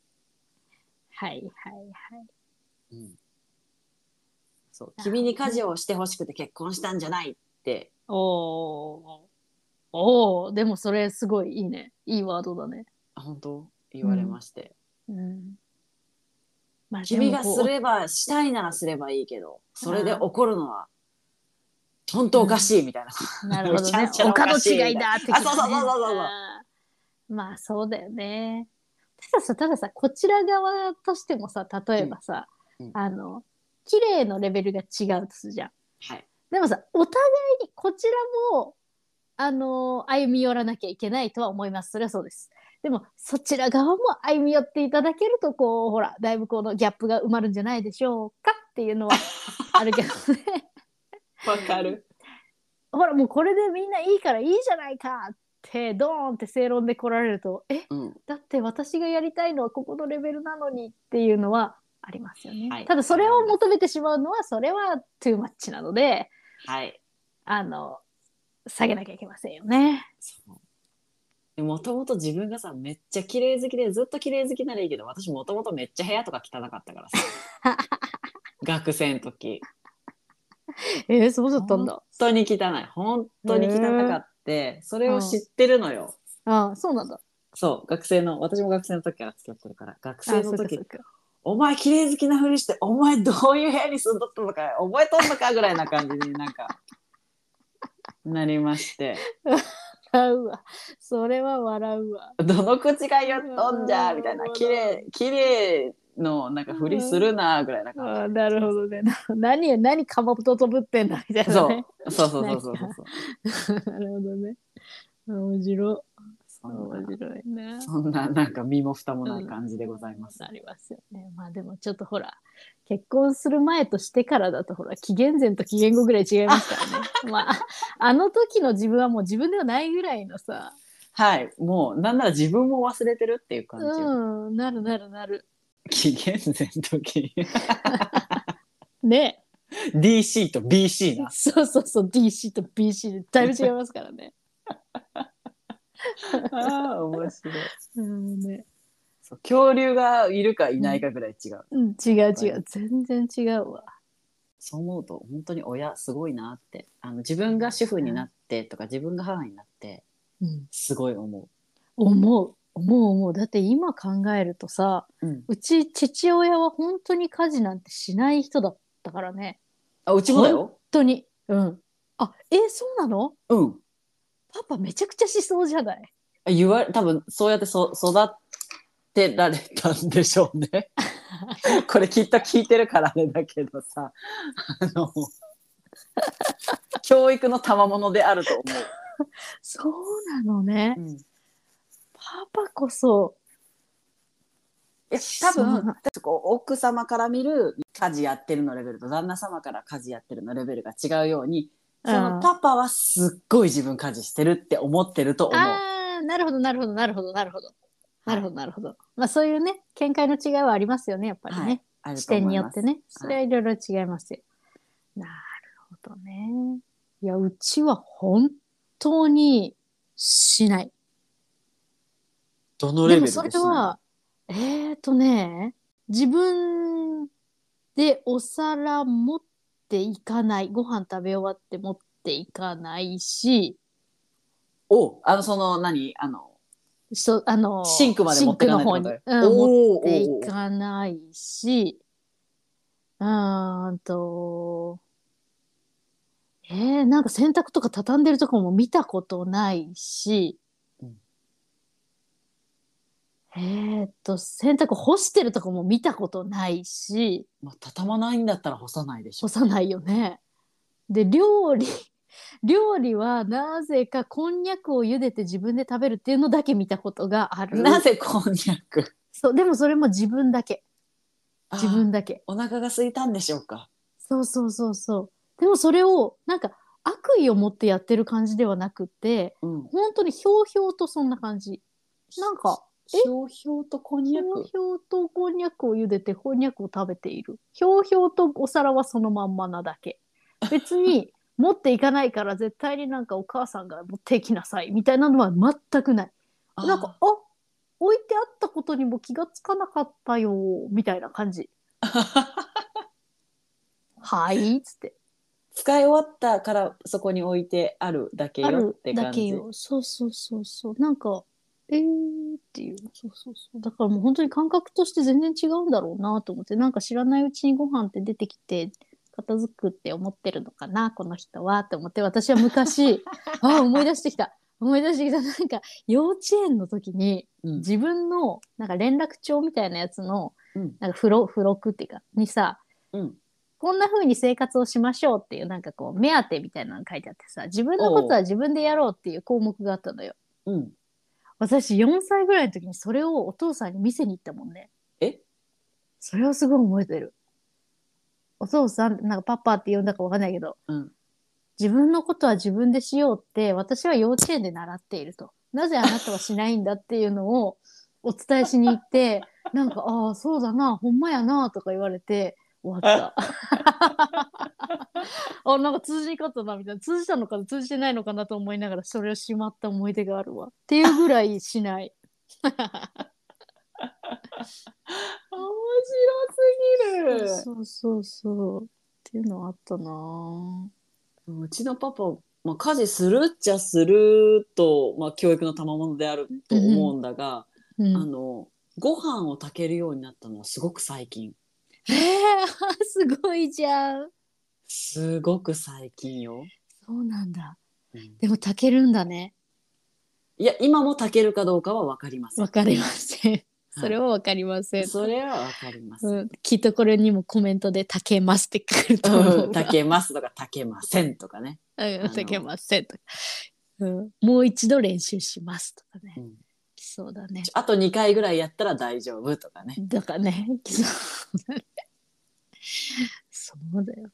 はいはい。
うんそう君に家事をしてほしくて結婚したんじゃないって
おーおーでもそれすごいいいねいいワードだね、
あ本当言われまして、
うんまあ、
君が
でも
す
こう
ればしたいならすればいいけどそれで怒るのはとんとおかしいみたいな、
なるほど
めちゃ
ね
めちゃ
他
お
の
かしいみた
違
い
い
な
だってきっと
あ
ね
そうそうそうそうそう
あーまあそうだよねたださたださこちら側としてもさ例えばさ、
うんうん
あの綺麗のレベルが違うとするじゃん
はい
でもさお互いにこちらもあの歩み寄らなきゃいけないとは思いますそれはそうですでもそちら側も歩み寄っていただけるとこうほらだいぶこのギャップが埋まるんじゃないでしょうかっていうのはあるけどね
わかる
ほらもうこれでみんないいからいいじゃないかってドーンって正論で来られるとえ
うん
だって私がやりたいのはここのレベルなのにっていうのはありますよね、
はい
ただそれを求めてしまうのはそれはトゥーマッチなので
はい
あの下げなきゃいけませんよね。
そうもともと自分がさめっちゃ綺麗好きでずっと綺麗好きならいいけど私もともとめっちゃ部屋とか汚かった からさ学生の時
えー、そうだ
ったん
だ。
本当に汚い本当に汚かってそれを知ってるのよ、
あそうなんだ。
そう学生の私も学生の時から付き合ってるから学生の時
あそうか
お前綺麗好きなふりして、お前どういう部屋に住んどったのか、覚えとんのかぐらいな感じになんか、 なりまして、
笑うわ。それは笑うわ。
どの口が言っとんじゃ、みたいな、綺麗、綺麗のなんかふりするな、ぐらいな感
あーなるほどね。 な何何かまぼととぶってんだみたい
じ。
な
そう
ね。、
そうそうそうそうそう。
なるほどね。面白い。
そんな
面白いね。
そんななんか身も蓋もない感じでございます。
ありますよね。まあでもちょっとほら、結婚する前としてからだとほら、紀元前と紀元後ぐらい違います からね。まあ、あの時の自分はもう自分ではないぐらいのさ、
はい、もうなんなら自分も忘れてるっていう感じ。
うん、なるなるなる。
紀元前の時
ね。
DC と BC な。
そうそうそう、DC と BC でだいぶ違いますからね。
ああ、面白い。
うんね。
そう恐竜がいるかいないかぐらい違う。
うん、違う違う、全然違うわ。
そう思うと本当に親すごいなってあの自分が主婦になってとか自分が母になって
うん、
すごい思
思う、思う思う。だって今考えるとさ、
う。うん、
うち父親は本当に家事なんてしない人だったからね。
あうちもだよ。
本当に。うん。あ、えそうなの
うん。
パパめちゃくちゃしそうじゃない
あ言われ多分そうやってそ育てられたんでしょう ね。これきっと聞いてるからあれだけどさあの教育の賜物であると思
そうなのね
う。。うん、
パパこそ。
いや多分こう奥様から見る家事やってるのレベルと旦那様から家事やってるのレベルが違うようにそのパパはすっごい自分家事してるって思ってると思う。
あーなるほどなるほどなるほどなるほど。なるほどなるほど。まあそういうね、見解の違いはありますよね、やっぱりね。
はいある
視
と思い
点
ます
によってね。それはいろいろ違いますよ。なるほどね。いや、うちは本当にしない。
どの
で
レベル
も
です
そ
か
れは、えーとね、自分でお皿持っていかない。ご飯食べ終わって持っていかないし、
おあのその何あの
そあの
シンクまで持っていかないってこと
シン
よ
クの方に、うん、持
お
っ
ーお
てい
ーおー
かないし、うーんと、えー、なんか洗濯とか畳んでるとこも見たことないし、
うん
えーっと、洗濯干してるとこも見たことないし、
まあ、畳まないんだったら干さないでしょ
干。さないよね。で、料理、 料理はなぜかこんにゃくを茹でて自分で食べるっていうのだけ見たことがある。
なぜこんにゃく
そう、でもそれも自分だけ。自分
あー
だけ。
お腹が空いたんでしょうか。
そうそうそうそう。でもそれを、なんか、悪意を持ってやってる感じではなくて、
うん、
本当にひょうひょうとそんな感じ。なんか、
ひょうひょうとこん
ひ
にゃ
ょ
く
うひょうとこんにゃくを茹でて、こんにゃくを食べている。ひょうひょうとお皿はそのまんまなだけ。別 に、持っていかないから絶対になんかお母さんが持っていきなさいみたいなのは全くない。
あー
なんか、あ置いてあったことにも気がつかなかったよ、みたいな感じ。はいっつって。
使い終わったからそこに置いてあるだけ
あ
よ
る
って
だ
感
け
じ。
よ。そうそうそうそう。なんか、えーっていう。そうそうそう。だからもう本当に感覚として全然違うんだろうなと思って、なんか知らないうちにご飯って出てきて、片付くって思ってるのかな、この人はって思って、私 は昔、あ、思い出してきた。思い出してきた。なんか、幼稚園の時に、
うん
自分の、なんか連絡帳みたいなやつの、
うん
なんか付録、付録っていうか、にさ、
うん
こんな風に生活をしましょうっていうなんかこう目当てみたいなの書いてあってさ自分のことは自分でやろうっていう項目があったのよ。
うん、
私4歳ぐらいの時にそれをお父さんに見せに行ったもんね。
え
それをすごい覚えてる。お父さんなんかパパって呼んだかわかんないけど、
うん
自分のことは自分でしようって私は幼稚園で習っていると。なぜあなたはしないんだっていうのを お伝えしに行って、なんか、ああ、そうだな、ほんまやな、とか言われて終わった。あ、なんか通じにかったな、みたいな。通じたのかな、通じてないのかなと思いながら、それをしまった思い出があるわ。っていうぐらいしない。
面白すぎる
そうそうそう。っていうのはあったなぁ
うちのパパ、まあ、家事するっちゃすると、まあ、教育の賜物であると思うんだが、
うん
あのご飯を炊けるようになったのはすごく最近
えー、すごいじゃん。
すごく最近よ、
そうなんだ。
うん
でも炊けるんだね。
いや今も炊けるかどうかは分かりません
わかりません。
はい
それはわかりません。
それは分かります、
う
うん
ん、きっとこれにもコメントで炊けますってくると思うわ。
炊けますとか炊けませんとかね
うん
の
炊けませんとか、うん。もう一度練習しますとかね。
うん
来そうだね。
あと2回ぐらいやったら大丈夫とかね
だからね、来そうだね。そうだよ。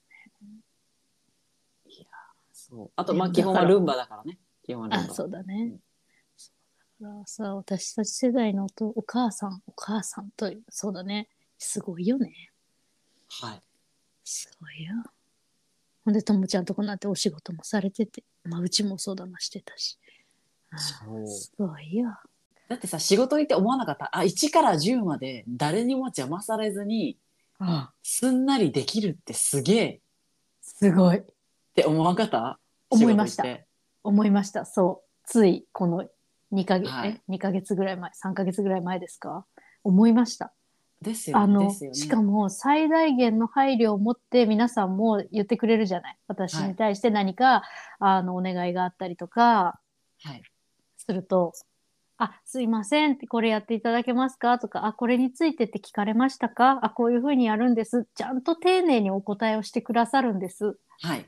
そうあとまあ
ね
基本
だ
は
から
ルンバだからね基本はルン
あ、
バ
そうだ
う
ね
ん。
そうだからさ、私たち世代のおとお母さん、お母さんと、そうだね。すごいよね。
はい
すごいよ。ほんで、ともちゃんとこなってお仕事もされてて、まあ、うちも相談もしてたし。あ
そう
ーすごいよ。
だってさ仕事行って思わなかったあ1から10まで誰にも邪魔されずにすんなりできるってすげえっ
すごい。
て思わんかった
思いました
仕事行って
思いました。そう。ついこの2ヶ月、
はい
え2ヶ月ぐらい前、3ヶ月ぐらい前ですか思いました。
ですよ
あの、
ですよね
しかも最大限の配慮を持って皆さんも言ってくれるじゃない。私に対して何か、あの、お願いがあったりとか、
はい
すると、あ、すいませんって、これやっていただけますかとか、あ、これについてって聞かれましたかあ、こういうふうにやるんです。ちゃんと丁寧にお答えをしてくださるんです。
はい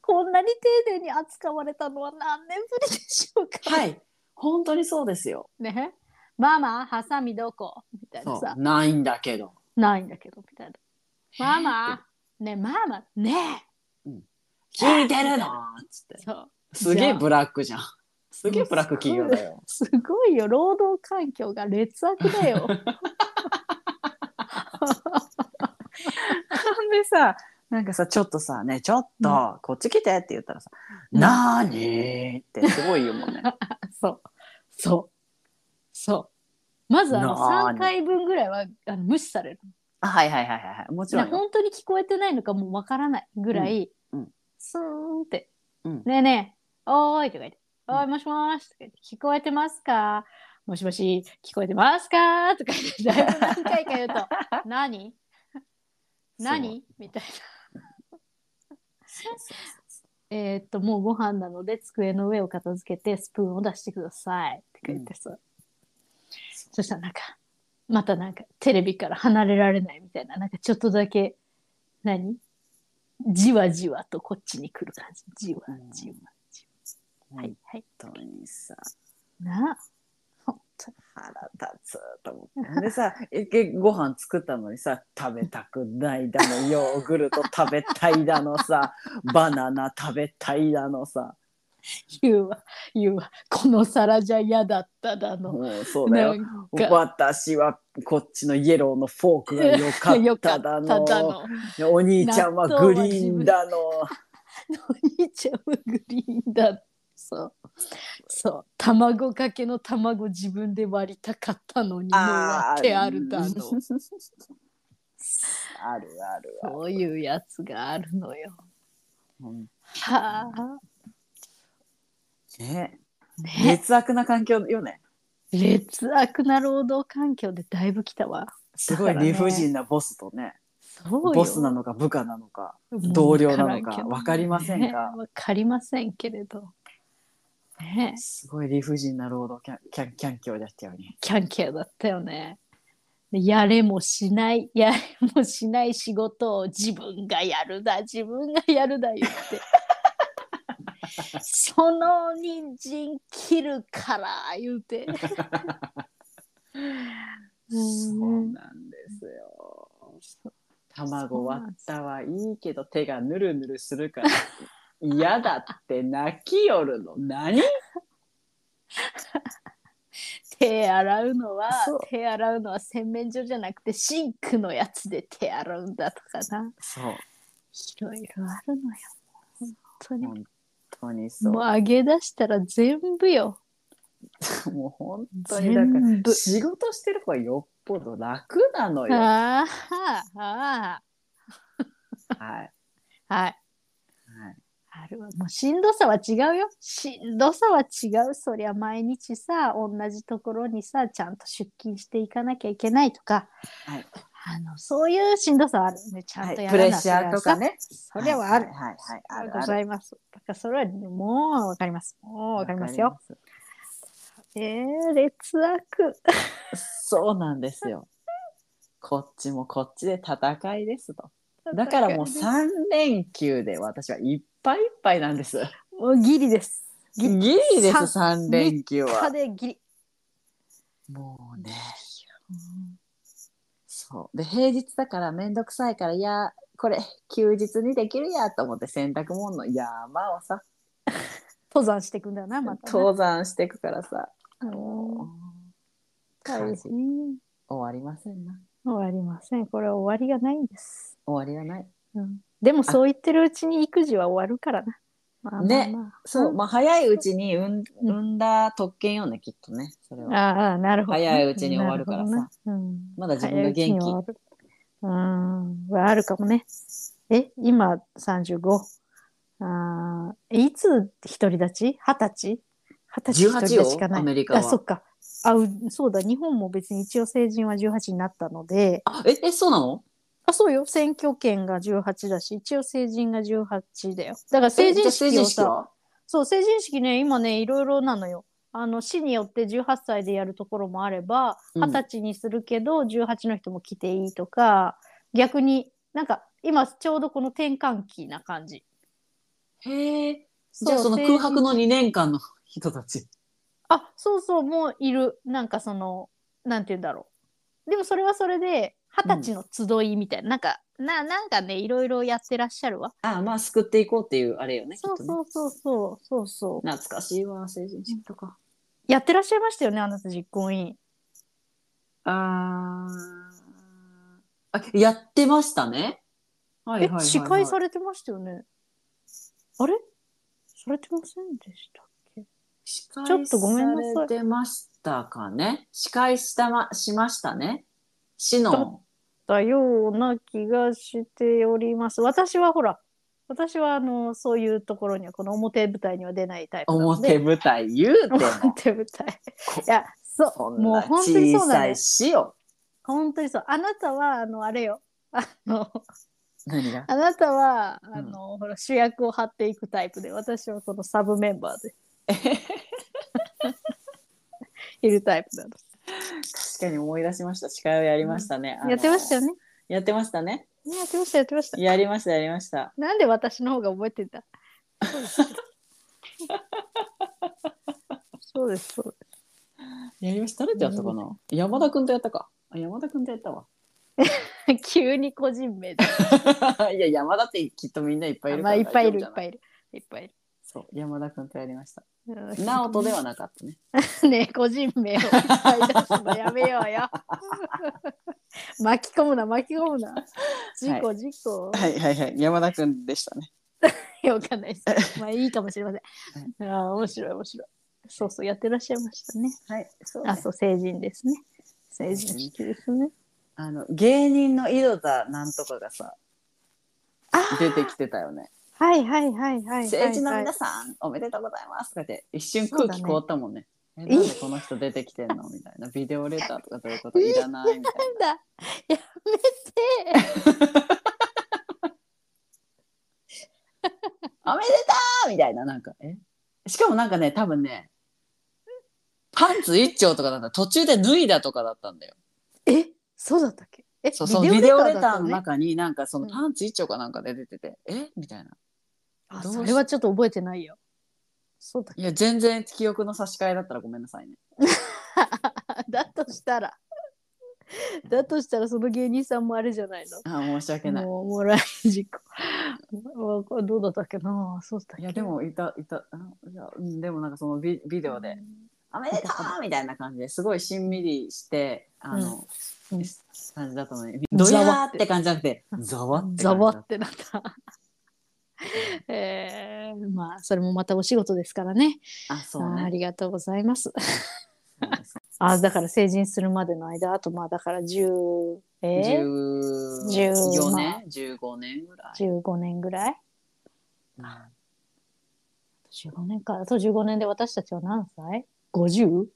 こんなに丁寧に扱われたのは何年ぶりでしょうか、
はい本当にそうですよ
ね。ママ、ハサミどこみたいな
そ
さ
う。ないんだけど
ないんだけど、みたいな。ママ、ねえママ、ね
聞いてるのっつっ
え。
て
そう。
すげえブラックじゃんすげえブラック企業だよ
すごいよ、労働環境が劣悪だ よ。
なんでさなんかさちょっとさねちょっとこっち来てって言ったらさ「
うん
なーに?」ってすごい言うもんね
そう。そう。そう。まずあの
なあ
3回分ぐらいはあの無視される。
あ はいはいはいはいはいもち
ね
ろんよ
本当に聞こえてないのかもうわからないぐらい、
うんうん
スーンって、
うん
ねえねえ、おーいとか言って、
うん
おい、もしもーしとか言って、聞こえてますかもしもし、聞こえてますかとか言って、だいぶ何回か 言うと、何何みたいな。えーっと、もうご飯なので、机の上を片付けて、スプーンを出してください。って言ってさ、そしたらなんか、またなんか、テレビから離れられないみたいな、なんかちょっとだけ、何じわじわとこっちに来る感じ。じわ
うん
じわ。
は
はい
い、
はい。
本当にさ
なあ。ほんと
腹立つと思ってでさえけご飯作ったのにさ食べたくないだのヨーグルト食べたいだのさバナナ食べたいだのさ
言うわ、言うわ。この皿じゃ嫌だっただの。
もうそうだよ
なんか
私はこっちのイエローのフォークが良か
よ
っ
か
た
っ
だ
た
の
だの。
お兄ちゃんはグリーンだの
お兄ちゃんはグリーンだそうそう卵かけの卵自分で割りたかったのにもう割ってあるだの
あーうんあるあるある
そういうやつがあるのよ
うん
はあ
ね
ね
劣悪な環境よね
劣悪な労働環境でだいぶ来たわ
すごい理不尽なボスとね
そうよ
ボスなのか部下なのか
もう
同僚なの
わ
から
んけど
わかりませんか
ねわかりませんけれどね
すごい理不尽な労働キャンキャンキャンキョーだったよね。
キャンキャーだったよね。でやれもしない、やれもしない仕事を自分がやるだ、自分がやるだ 言って。その人参切るから言う
そ
て。
うなんですよ。卵割ったはいいけど手がぬるぬるするから嫌だって泣きよるの何
手洗うのは
そう
手洗うのは洗面所じゃなくてシンクのやつで手洗うんだとかな
そう
いろいろあるのよ本当に
本当にそう
もう上げ出したら全部よ
もう本当にだから
全部
仕事してる方がよっぽど楽なのよ。は
ああ、ああ、
い、はい
はい、あるわもうしんどさは違うよしんどさは違うそりゃ毎日さ同じところにさちゃんと出勤していかなきゃいけないとか、
はい
あのそういうしんどさはあるねちゃ
は
ん
い
とや
プ
ら
レッ
なき
シ
ゃ
ャーとかね。
それはある、
はいはいはい、ある
ご
あ
ざ
る。
いますだからそれはもうわかりますもうわかりますよ
わかりま
えー、劣悪
す。そうなんですよ。こっちもこっちで戦いですと。だからもう三連休で私はいっぱいいっぱいなんです。
もうギリです
ギリです
三
三連休
家
は。
でギリ
もうね。そうで平日だから面倒くさいからいやこれ休日にできるやと思って洗濯物の山をさ
登山していくんだよなまた、ね、
登山していくからさ、
もう
家
大
事
変終
終わりませんな
わりませんこれは終わりがないんです
終わりがない
うんでもそう言ってるうちに育児は終わるからな。まあまあまあ
ねそう、
うん
まあ早いうちに産ん産んだ特権よねきっとねそれは
ああ、なるほどね、
早いうちに終わるからさ
なほどねうん、
まだ自分が元気
早いうちに終わるうん、はあるかもね。え、今35。あーえいつ独り立ち ?20 歳 ?20 歳独り立ちかな
18よア
い。
メリカは
あ、そっか。あうそうだ、日本も別に一応成人は18になったので、
あええそうなの
あ、そうよ、選挙権が18だし、一応成人が18だよ。だから成人式をさ、
は
そう、成人式ね、今ね、いろいろなのよ。あの市によって18歳でやるところもあれば、
うん
20歳にするけど、18の人も来ていいとか、逆になんか今ちょうどこの転換期な感じ。
へえじゃあ
う
その
成
空
人
白の2年間の人たち
あ、そうそう、もういる。なんかその、なんて言うんだろう。でもそれはそれで、20歳の集いみたいな、なんか、ななんかね、いろいろやってらっしゃるわ。
あまあ救っていこうっていうあれよね
そう
きっとね
そうそうそう、そうそう。
懐かしいわ成人式とか
やってらっしゃいましたよね、あなた実行委員。
あーあやってましたねはいはいはい、は
え、
い、
司会されてましたよね。あれされてませんでしたっけ
司会
ちょっとごめんなさい
されてましたかね司会したましましたね市の
だような気がしております。私はほら、私はあの、そういうところには、この表舞台には出ないタイプなの
表
で。
舞台言うても
表舞台。いや、そ う、
そん
もう
な
本当に
小
そうな
さ
のよ
い。市よ
本当にそう。あなたは、あの、あれよ。あの、
何が
あなたは、あの、ほら、主役を張っていくタイプで、私はこのサブメンバーで。 いるタイプなの。
確かに思い出しました司会をやりましたね、あの
やってましたよね。
やってましたね
ねやってました、やってました。
やりましたやりました
なんで私の方が覚えてんだそうです、そうで
やりました誰とやったかな、山田くんとやったかあ山田くんとやったわ
す。 急に個人名で。
いや山田ってきっとみんないっぱいいる
ま
か
あ、
ら
いっぱいいる、
大丈
い
夫
っ
じゃな
ぱいいる。いっぱいいる。
そう山田くんとやりました
うん
直人ではなかったね
ね個人名をいっぱい出すのやめよう よ。巻き込むな、巻き込むな。事故、事故。
はいはいはい山田くんでしたね
わかんない です。まあ、いいかもしれません。ああ、面白い、面白い。そうそう、やってらっしゃいましたね。
はいそう
あ、そう、成人ですね。成人式ですね。
あの芸人の井戸田なんとかがさ
あ
出てきてたよね
はいはいはいはい。
政治の皆さんおめでとうございますとかって一瞬空気凍ったもんねえ
ね
なんでこの人出てきてんのみたいなビデオレターとかどういうこといらないみたい
んだ。やめて。
なおめでとうみたいななんかえしかもなんかね多分ねパンツ一丁とかなんだ途中で脱いだとかだったんだよ
え、そうだったっけ。え、
そうそのビデオレタ
だ
ー
った
の
ね
中になんかその
うん
パンツ一丁かなんかで出てて、えみたいな
あ、
どうし
それはちょっと覚えてないよ。そうだっ
いや全然記憶の差し替えだったらごめんなさいね
け。 だとしたら。だとしたら、その芸人さんもあれじゃないの。
あ申し訳ない
もう、もらい事故。わこれどうだったっけな。そうだったっけ。
いやで。もいたいたあいやうんでもなんかそのビビデオで「おめでとう!」みたいな感じですごいしんみりしてあの、
うんうん
感じだったのに
ざ
ド
わって
ヤーって感じじゃなくてざわって感
ざ
じだ
わ
った
ってなった。えー、まあそれもまたお仕事ですからね
あそう
あーあ
ね
りがとうございま
そ
す。
うです
あだから成人するまでの間あとまあだから10え
10
十
四
まあ
年15年ぐらい、
15年ぐらい
うん
15年かあと15年で私たちは何歳 ?50?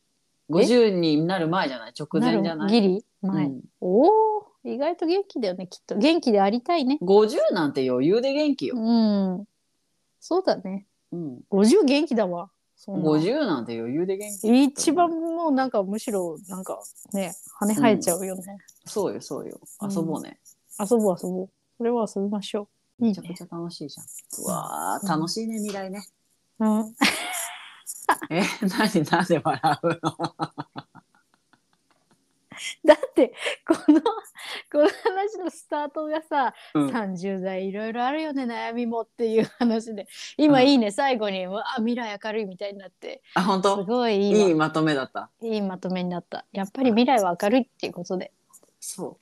50になる前じゃない直前じゃな
る
い
ギリ前、
うん
おお意外と元気だよねきっと元気でありたいね
50なんて余裕で元気
う
よ、
んそうだね
うん、
50元気だわそんな
50なんて余裕で元気
一番もうなんかむしろなんかね羽生えちゃうよね、
そうよそうよ
うん
遊ぼうね、
遊ぼう遊ぼうそれは遊びましょういい
めちゃく
ね
ちゃ楽しいじゃんうわー楽しいね未来ね
うん
え何なんで笑うの
だってこの この話のスタートがさ、
うん
30代いろいろあるよね悩みもっていう話で今いいね、最後にうわ未来明るいみたいになって
あ本
す
当
ごいいいわ
いいまとめだった
いいまとめになったやっぱり未来は明るいっていうことで、
そ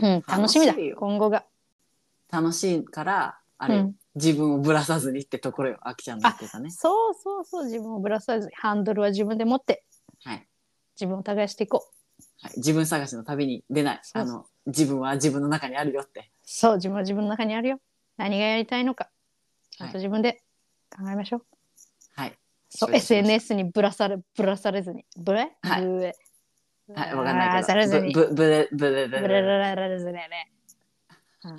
うん、楽しみだ
楽しいよ
今後が
う楽しいからあれ、
うん
自分をぶらさずにってところよあきちゃんの言ってたね
そうそうそう自分をぶらさずにハンドルは自分で持って
はい、
自分を耕していこう
はい、自分探しの旅に出ない
そう
あの自分は自分の中にあるよって
そう自分は自分の中にあるよ何がやりたいのかちゃんと自分で考えましょう、
はい
そう
承知しました
SNS にぶらされぶらされずにぶれ、
はい
ぶれ
はいわかんない
ぶらされずに
けどぶぶぶれぶれぶ
ぶ
れ
ららららずにね
あ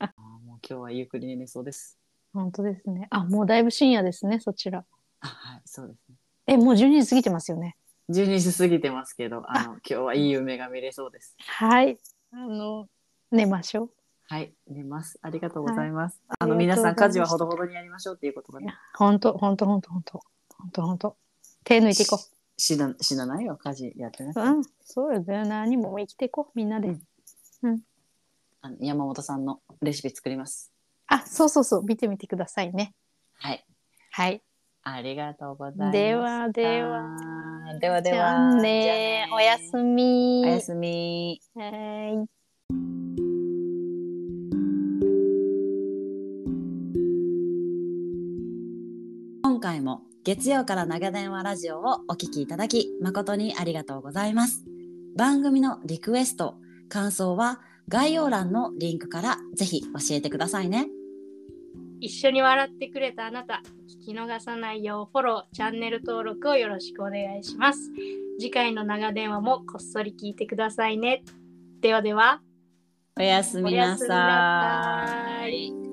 ーもう今日はゆっくり寝そうです
本当ですねあもうだいぶ深夜ですねそちら
あはいそうですね
えもう12時過ぎてますよね
12時過ぎてますけどあの今日はいい夢が見れそうです
はいあの寝ましょう
はい寝ますありがとうございます、あ
い
の
ありが
皆
とうござ
さん
いました
家事はほどほどにやりましょうっていうことがね
本当本当本当本当本当本当手抜いていこ。
死な死なないよ家事やってないう
うん、そうよね。何も生きていこうみんなで。
あの山本さんのレシピ作ります
あ、そうそうそう。見てみてくださいね。
はい
はい。
ありがとうございます
ではでは
ではでは
じゃあね。おやすみ。
おやすみ
はい。
今回も月曜から長電話ラジオをお聞きいただき誠にありがとうございます。番組のリクエスト、感想は概要欄のリンクからぜひ教えてくださいね。
一緒に笑ってくれたあなた、聞き逃さないようフォロー、チャンネル登録をよろしくお願いします。次回の長電話もこっそり聞いてくださいね。ではでは、
おやすみなさ
おやすみなさ
い。
い。